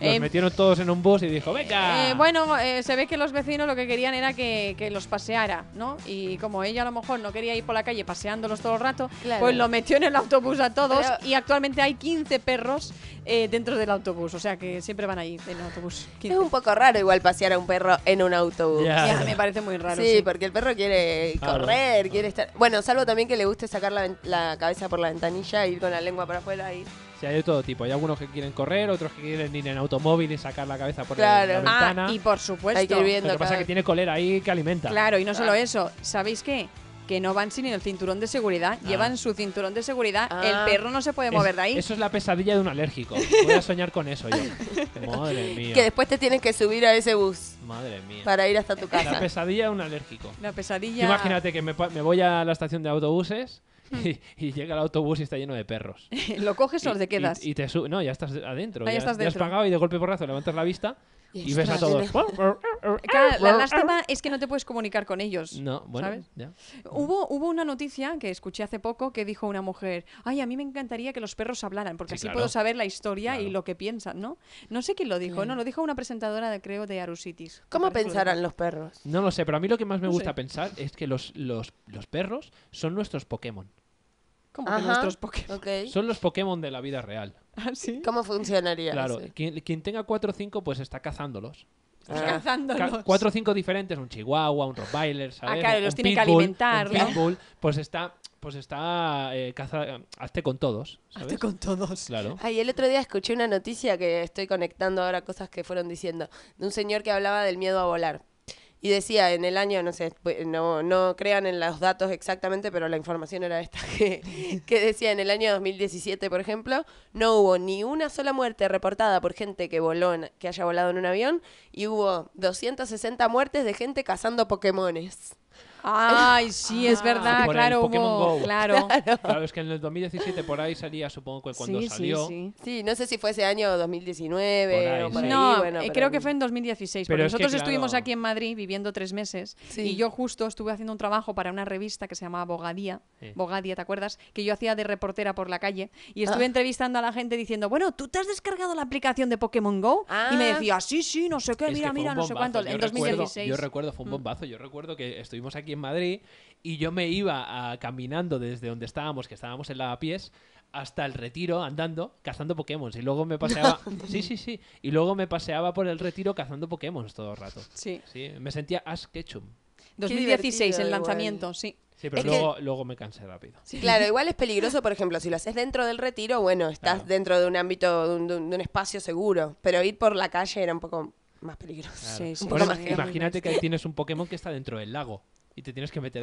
Eh,
los metieron todos en un bus y dijo, venga.
Eh, bueno, eh, se ve que los vecinos lo que querían era que, que los paseara, ¿no? Y como ella a lo mejor no quería ir por la calle paseándolos todo el rato,
Claro.
pues lo metió en el autobús a todos
Pero-
y actualmente hay 15 perros eh, dentro del autobús, o sea que siempre van ahí en el autobús. 15.
Es un poco raro igual pasear a un perro en un autobús.
Ya.
Ya, me parece muy raro.
sí,
sí.
porque el perro quiere
Claro.
correr, quiere estar... Bueno, salvo también que le guste sacar la, ven- la cabeza por la ventanilla e ir con la lengua para afuera y...
Sí, hay de todo tipo. Hay algunos que quieren correr, otros que quieren ir en automóvil y sacar la cabeza por
Claro.
la, la
Ah,
ventana.
y por supuesto.
Hay que ir bien.
Lo que pasa es que tiene colera ahí que alimenta.
Claro, y no solo eso, ¿sabéis qué? Que no van sin el cinturón de seguridad,
Ah.
llevan su cinturón de seguridad,
Ah.
el perro no se puede
Es-
mover de ahí.
Eso es la pesadilla de un alérgico. Voy a soñar con eso yo. Madre mía.
Que después te tienes que subir a ese bus
Madre mía.
para ir hasta tu
La
casa.
pesadilla de un alérgico.
La pesadilla.
Imagínate que me, pa- me voy a la estación de autobuses y, y llega el autobús y está lleno de perros.
lo coges o
Y-
te quedas.
Y, y te su- no, ya estás adentro.
Ah, ya
ya,
estás
ya has
dentro.
pagado y de golpe porrazo levantas la vista y, ves a
ostras,
todos.
Claro, la lástima es que no te puedes comunicar con ellos.
um, No, bueno,
¿sabes?
ya.
Hubo, hubo una noticia que escuché hace poco que dijo una mujer, ay, a mí me encantaría que los perros hablaran, porque
Sí,
así
claro.
puedo saber la historia y
Claro.
lo que piensan, ¿no? No sé quién lo dijo, no, lo dijo una presentadora, de, creo, de Arusitis.
¿Cómo
Me parece que lo
pensarán los perros?
No lo sé, pero a mí lo que más me
No
gusta
sé.
pensar es que los, los, los perros son nuestros Pokémon.
dijo. Como que
Ajá.
nuestros Pokémon.
Ok.
Son los Pokémon de la vida real.
Ah, sí.
¿Cómo funcionaría
Claro,
eso?
quien, quien tenga 4 o 5 pues está cazándolos.
Ah.
Cazándolos.
Ca- cuatro o cinco diferentes, un chihuahua, un rottweiler, ¿sabes?
Ah, claro,
Un-
los
un
tienen que
pitbull,
alimentar,
un
¿no?
pitbull, pues está, pues está eh, caza, hazte con todos, ¿sabes?
Hazte con todos.
Claro.
Ay, el otro día escuché una noticia que estoy conectando ahora cosas que fueron diciendo, de un señor que hablaba del miedo a volar. Y decía en el año, no sé, pues, no, no crean en los datos exactamente, pero la información era esta, que, que decía en el año 2017, por ejemplo, no hubo ni una sola muerte reportada por gente que voló, en- que haya volado en un avión, y hubo 260 muertes de gente cazando Pokémones.
Ay, sí, es verdad,
por el
claro,
Pokémon
hubo,
Go.
claro.
Claro, es que en el 2017 por ahí salía, supongo que cuando
Sí, sí,
salió.
sí.
Sí, no sé si fue ese año
Por
2019
ahí,
o por
sí.
ahí,
No,
bueno,
eh,
pero-
creo que fue en 2016. Porque
Pero es que,
nosotros estuvimos
claro.
aquí en Madrid viviendo tres meses
Sí.
y yo justo estuve haciendo un trabajo para una revista que se llamaba Bogadía.
Sí.
Bogadía, ¿te acuerdas? Que yo hacía de reportera por la calle y
Ah.
estuve entrevistando a la gente diciendo, bueno, ¿tú te has descargado la aplicación de Pokémon Go? Y me
Ah.
decía, sí, sí, no sé qué,
Es que
mira,
fue
mira,
un
no sé
bombazo.
cuánto.
Yo
en
recuerdo-
2016.
yo recuerdo,
Mm.
fue un bombazo. Yo recuerdo que estuvimos aquí en Madrid y yo me iba a- caminando desde donde estábamos, que estábamos en Lavapiés, hasta el retiro andando, cazando Pokémon. Y luego me paseaba. Sí, sí, sí. Y luego me paseaba por el retiro cazando Pokémon todo el rato.
Sí.
Sí, me sentía Ash Ketchum.
2016, el
divertido,
lanzamiento, sí.
Sí, pero
Es
luego, luego me cansé rápido.
Claro, igual es peligroso, por ejemplo, si lo haces dentro del retiro, bueno, estás
Claro.
dentro de un ámbito, de un, de un- de un espacio seguro, pero ir por la calle era un poco más peligroso.
Claro.
Sí, sí.
Bueno,
poco
imag-
más.
imagínate que ahí tienes un Pokémon que está dentro del lago y te tienes que meter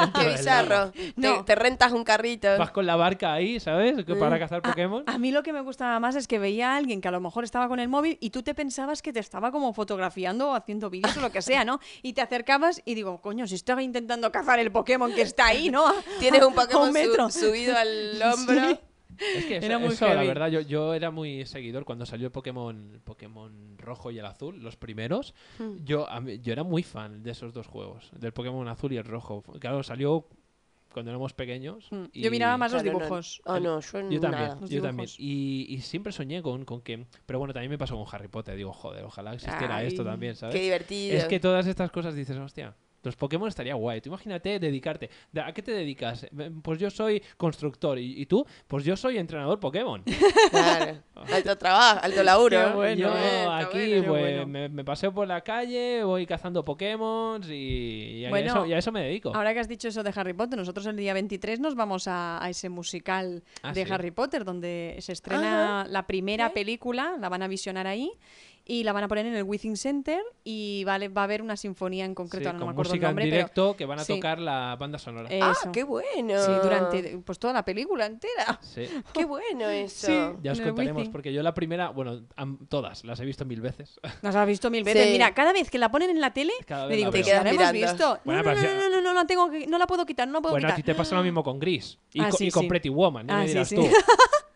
Claro,
dentro
qué
del lago.
bizarro.
No.
Te, te rentas un carrito.
Vas con la barca ahí, ¿sabes? Que Para cazar
A-
Pokémon.
A, mí lo que me gustaba más es que veía a alguien que a lo mejor estaba con el móvil y tú te pensabas que te estaba como fotografiando o haciendo vídeos o lo que sea, ¿no? Y te acercabas y digo, coño, si estaba intentando cazar el Pokémon que está ahí, ¿no?
Tienes un
A
Pokémon
un
su-
metro.
subido al hombro.
Sí. Ah,
Es que eso,
Era muy
eso, la
heavy.
verdad, yo, yo era muy seguidor cuando salió el Pokémon, el Pokémon rojo y el azul, los primeros.
Hmm.
Yo, a mí- yo era muy fan de esos dos juegos, del Pokémon azul y el rojo. Claro, salió cuando éramos pequeños.
Mm.
y-
Yo miraba más los
Claro, no.
dibujos.
Ah, no, yo,
Yo también,
nada.
Los
yo también.
dibujos.
Y, y siempre soñé con, con que... Pero bueno, también me pasó con Harry Potter. Digo, joder, ojalá existiera
Ay,
esto también, ¿sabes?
Qué divertido.
Es que todas estas cosas dices, hostia, los Pokémon estaría guay. Tú imagínate dedicarte. ¿De- ¿A qué te dedicas? Eh, Pues yo soy constructor. ¿Y, y tú? Pues yo soy entrenador Pokémon.
Claro. Alto trabajo, alto laburo.
Qué bueno.
yo
Eh, está
aquí
bueno.
pues,
bueno.
Me, me paseo por la calle, voy cazando Pokémon y, y a,
Bueno,
eso, y a eso me dedico.
Ahora que has dicho eso de Harry Potter, nosotros el día 23 nos vamos a, a ese musical
Ah,
de
sí.
Harry Potter, donde se estrena la primera película, la van a visionar ahí y la van a poner en el Withing Center y vale, va a haber una sinfonía en
Sí,
concreto, ahora no
con
me acuerdo el
música
nombre,
en
pero
directo que van a
sí. Eh,
tocar la banda sonora.
Ah,
eso.
qué bueno.
Sí, durante pues toda la película entera.
Sí.
Qué bueno eso.
Sí.
Ya os
En el
contaremos,
Wizzing.
porque yo la primera, bueno, am- todas las he visto mil veces.
Nos has visto mil veces.
Sí.
Mira, cada vez que la ponen en la tele,
Cada vez
me digo,
la
pero
veo.
si la hemos
Quedas
visto.
mirando.
No,
Bueno,
no, no,
pero si-
no, no, no, la tengo que- no la puedo quitar, no la puedo
Bueno, a ti
quitar.
te pasa lo mismo con Gris y,
Ah,
co-
sí,
y con
sí.
Pretty Woman, ya
Ah,
me
sí,
dirás
sí.
tú.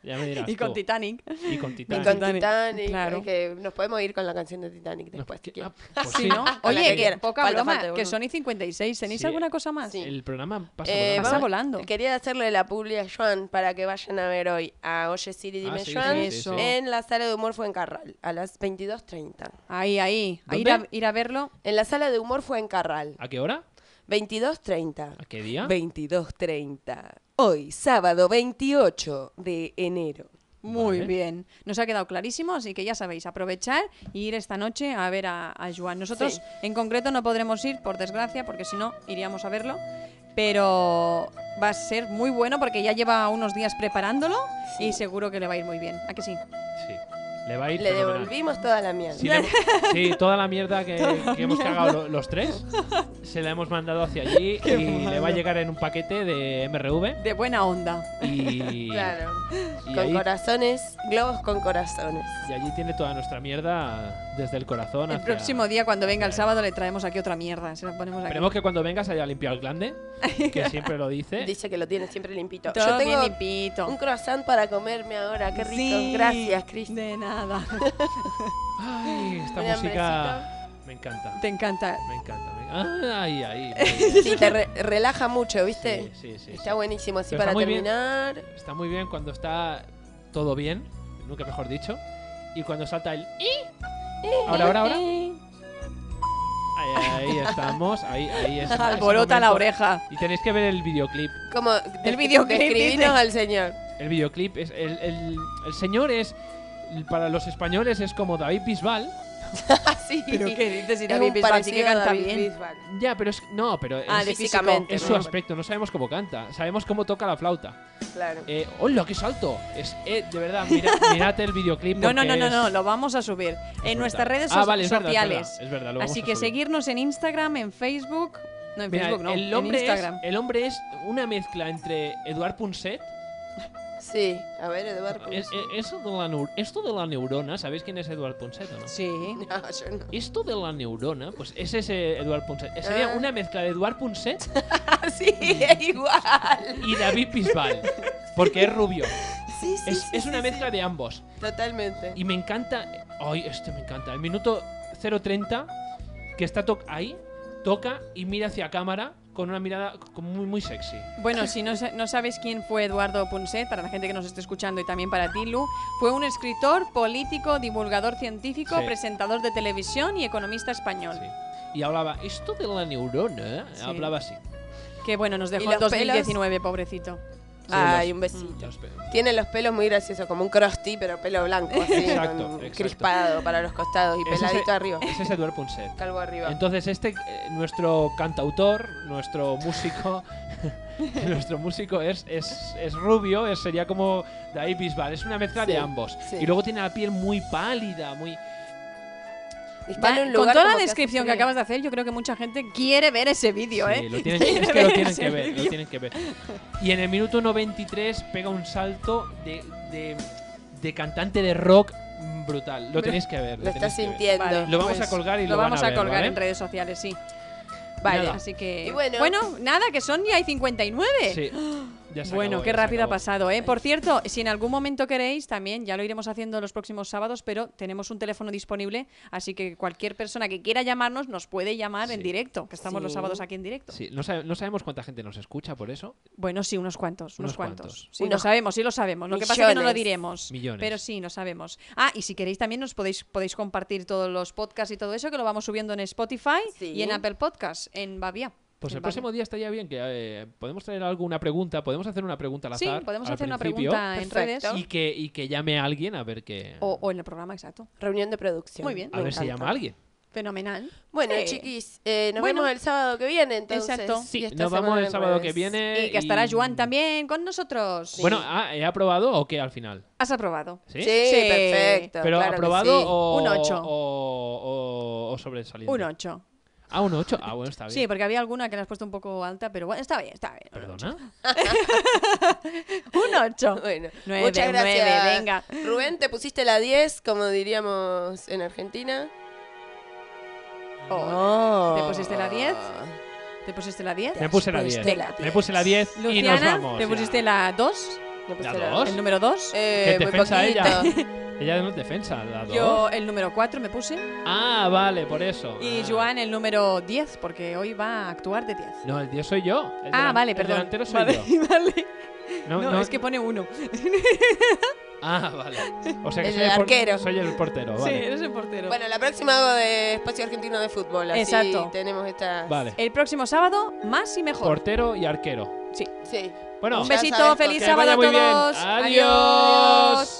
Ya me dirás
Y con
tú.
Titanic.
Y con
Y
Titanic.
con Titanic.
Claro.
hay que- nos podemos ir con la canción de Titanic
No,
después.
que-
si quieres.
ah, pues
Sí,
sí.
¿no?
Con la que
Oye,
quieras.
poca
Falta,
broma,
falta,
que
boludo.
son y 56. ¿Tenéis
Sí.
alguna cosa más?
Sí.
El programa pasa
Eh,
volando.
Pasa
vamos-
volando.
Quería hacerle la publi a Joan para que vayan a ver hoy a Oye Siri
Ah,
Dime
sí, sí,
Joan
sí,
Eso.
sí.
en la sala de humor Fuencarral a las 22.30.
Ahí, ahí. A
¿Dónde?
ir, a, ir a verlo.
En la sala de humor Fuencarral,
¿A qué hora?
22.30.
Ah. ¿A qué día?
22.30. Hoy, sábado 28 de enero.
Muy
Vale.
bien. Nos ha quedado clarísimo, así que ya sabéis, aprovechar y ir esta noche a ver a, a Joan. Nosotros
Sí.
en concreto no podremos ir, por desgracia, porque si no, iríamos a verlo. Pero va a ser muy bueno porque ya lleva unos días preparándolo y seguro que le va a ir muy bien. ¿A que sí?
Sí. Le va a ir
Le
fenomenal.
devolvimos toda la mierda.
Sí, le hemos- sí, toda la mierda que, que hemos cagado lo- los tres se la hemos mandado hacia allí y le va a llegar en un paquete de MRV
De buena onda.
y,
Claro.
y,
Con
ahí,
corazones, globos con corazones.
y allí tiene toda nuestra mierda desde el corazón.
El
hacia-
próximo día, cuando venga el
Claro.
sábado, le traemos aquí otra mierda. Se la ponemos aquí.
Esperemos que cuando vengas haya limpiado el glande, que siempre lo dice.
Dice que lo tiene siempre limpito.
Todo
Yo
bien
tengo
limpito.
un croissant para comerme ahora. Qué rico.
Sí,
Gracias, Cris.
De nada.
Ay, esta
Un
música me encanta.
Te encanta.
Me encanta. me- Ay, ay.
Sí, te re- relaja mucho, ¿viste?
Sí, sí, sí,
Está
sí.
buenísimo así
Pero
para
está muy bien.
terminar.
Está muy bien cuando está todo bien, nunca mejor dicho, y cuando salta el i. Ahora, ahora, ahora. Ahí, ahí estamos, ahí, ahí es- es.
Alborota
el
la
momento.
oreja.
Y tenéis que ver el videoclip.
Como el
videoclip, dice.
Describinos al señor.
El videoclip es. El, el- el señor es. Para los españoles es como David Bisbal.
Así.
¿Pero qué dices? Si
Es
David
un
Bisbal sí que
parecido Ah, a
canta
David
bien.
Bisbal.
Ya, pero es. No, pero es,
Ah, de
Físicamente,
es su aspecto. No sabemos cómo canta. Sabemos cómo toca la flauta.
Claro.
Eh, ¡Hola, qué salto! Es, eh, de verdad, mira, mirad el videoclip.
No, no,
porque
no, no,
es-
no, lo vamos a subir en nuestras
verdad.
redes
Ah,
so-
vale, es verdad, es
sociales.
verdad, es verdad, lo vamos
Así
a
que
subir.
seguirnos en Instagram, en Facebook. No, en
Mira,
Facebook no,
el,
en
hombre es,
Instagram.
el hombre es una mezcla entre Eduard Punset.
Sí. A ver, Eduardo.
es- es- eso de la neu- esto de la neurona, ¿sabéis quién es Eduard Punset o no?
Sí.
No, yo no.
Esto de la neurona, pues es ese Eduard Punset. Eh, Sería
Ah.
una mezcla de Eduard Punset
Sí, es igual.
y David Bisbal. Porque es rubio.
Sí, sí.
Es,
sí,
es
sí,
una
sí.
mezcla de ambos.
Totalmente.
Y me encanta. Ay, este me encanta. El minuto 0.30, que está to- ahí, toca y mira hacia cámara con una mirada como muy, muy sexy.
Bueno, si no, sa- no sabéis quién fue Eduardo Punset, para la gente que nos esté escuchando y también para ti, Lu, fue un escritor, político, divulgador científico,
Sí.
presentador de televisión y economista español.
Sí. Y hablaba, esto de la neurona, ¿eh?
Sí.
hablaba así.
Que bueno, nos dejó
los
en 2019, pobrecito.
Ay,
los-
un besito.
los pe-
Tiene los pelos muy graciosos, como un crusty, pero pelo blanco, así,
Exacto,
con-
exacto.
crispado para los costados y
Es ese-
peladito arriba,
Es ese Eduard Punset.
calvo arriba.
Entonces este, eh, nuestro cantautor, nuestro músico, nuestro músico es, es, es rubio, es- sería como David Bisbal, es una mezcla
Sí,
de ambos.
sí.
Y luego tiene la piel muy pálida, muy...
Está en un
con
lugar como
toda la
que hace
descripción que
frío.
acabas de hacer, yo creo que mucha gente quiere ver ese vídeo,
Sí,
¿eh?
lo tienen- es que
Quiere
lo
ver
tienen
ese
que ver, lo
vídeo.
tienen que ver. Y en el minuto 93 pega un salto de, de, de cantante de rock brutal. Lo tenéis que ver.
Lo está
tenéis que ver.
sintiendo.
Vale. Pues
Lo vamos a colgar y
Lo,
lo, van
vamos a,
ver,
colgar
¿vale?
en redes sociales, sí.
Vale.
Nada.
Así que.
Y bueno-
nada, que son ya hay 59.
Sí. Ya se
Bueno,
acabó,
qué
ya se
rápido ha
acabó.
pasado, ¿eh? Por cierto, si en algún momento queréis, también ya lo iremos haciendo los próximos sábados, pero tenemos un teléfono disponible, así que cualquier persona que quiera llamarnos nos puede llamar en
Sí.
directo, que estamos los
Sí.
sábados aquí en directo.
Sí, no, sabe- no sabemos cuánta gente nos escucha por eso.
Bueno, sí, unos cuantos, unos,
Unos
cuantos.
cuantos.
Sí, lo
Unos
sabemos, sí lo sabemos. Lo que pasa es que no lo
millones.
diremos.
Millones.
Pero sí, lo sabemos. Ah, y si queréis también nos podéis, podéis compartir todos los podcasts y todo eso, que lo vamos subiendo en Spotify
Sí.
y en Apple Podcasts, en Bavia.
Pues
En
el
Bavia.
próximo día estaría bien que eh, podemos traer alguna pregunta, podemos hacer una pregunta al
Sí,
azar.
podemos
al
hacer una
principio,
pregunta en redes.
Perfecto.
Y que, y que llame a alguien a ver qué.
O, o en el programa, exacto.
Reunión de producción.
Muy bien.
a
Me
ver si
encanta.
llama a alguien.
Fenomenal.
Bueno,
Sí.
chiquis, eh, nos
Bueno.
vemos el sábado que viene, entonces.
Exacto.
Y
Sí,
esta
nos vamos
semana pues
el sábado que
jueves.
viene.
pues, Y que estará Juan también con nosotros.
Bueno, ah, ¿he aprobado o qué al final?
Has aprobado.
Sí.
Sí,
Sí.
perfecto.
Pero
claro que
aprobado
sí.
o,
Un ocho.
o, o, o sobresaliente.
Un 8.
Ah, un 8. Ah, bueno, está bien.
Sí, porque había alguna que la has puesto un poco alta, pero bueno, está bien, está bien.
Perdona.
Un 8.
Bueno,
Nueve,
muchas gracias.
nueve, venga.
Rubén, te pusiste la 10, como diríamos en Argentina.
Oh. ¿Te pusiste la 10?
Oh.
¿Te pusiste la 10?
Me puse la
pusiste
10.
la
Me puse la 10 y nos
Luciana,
vamos.
¿te pusiste la 2?
Me puse
¿La
la
dos?
¿El número 2?
Eh,
¿Qué
muy
defensa
poquito.
ella? Ella no es defensa, la 2.
Yo el número 4 me puse.
Ah, vale, por eso.
Y
Ah.
Joan el número 10, porque hoy va a actuar de 10.
No, el 10 soy yo. El
Ah,
delan-
vale,
el
perdón.
delantero soy
vale,
yo.
vale.
No,
No,
no-
es que pone 1.
Ah, vale. O sea que
El
soy, por-
arquero.
soy el portero,
Sí,
Ah, vale.
eres el portero.
Bueno, la próxima hago de Espacio Argentino de Fútbol. Así
Exacto.
tenemos esta.
Vale.
El próximo sábado, más y mejor.
Portero y arquero.
Sí.
Bueno,
Un
Ya
besito,
sabes por
feliz
qué.
que
sábado
vaya
a
muy bien.
todos.
Adiós.
E,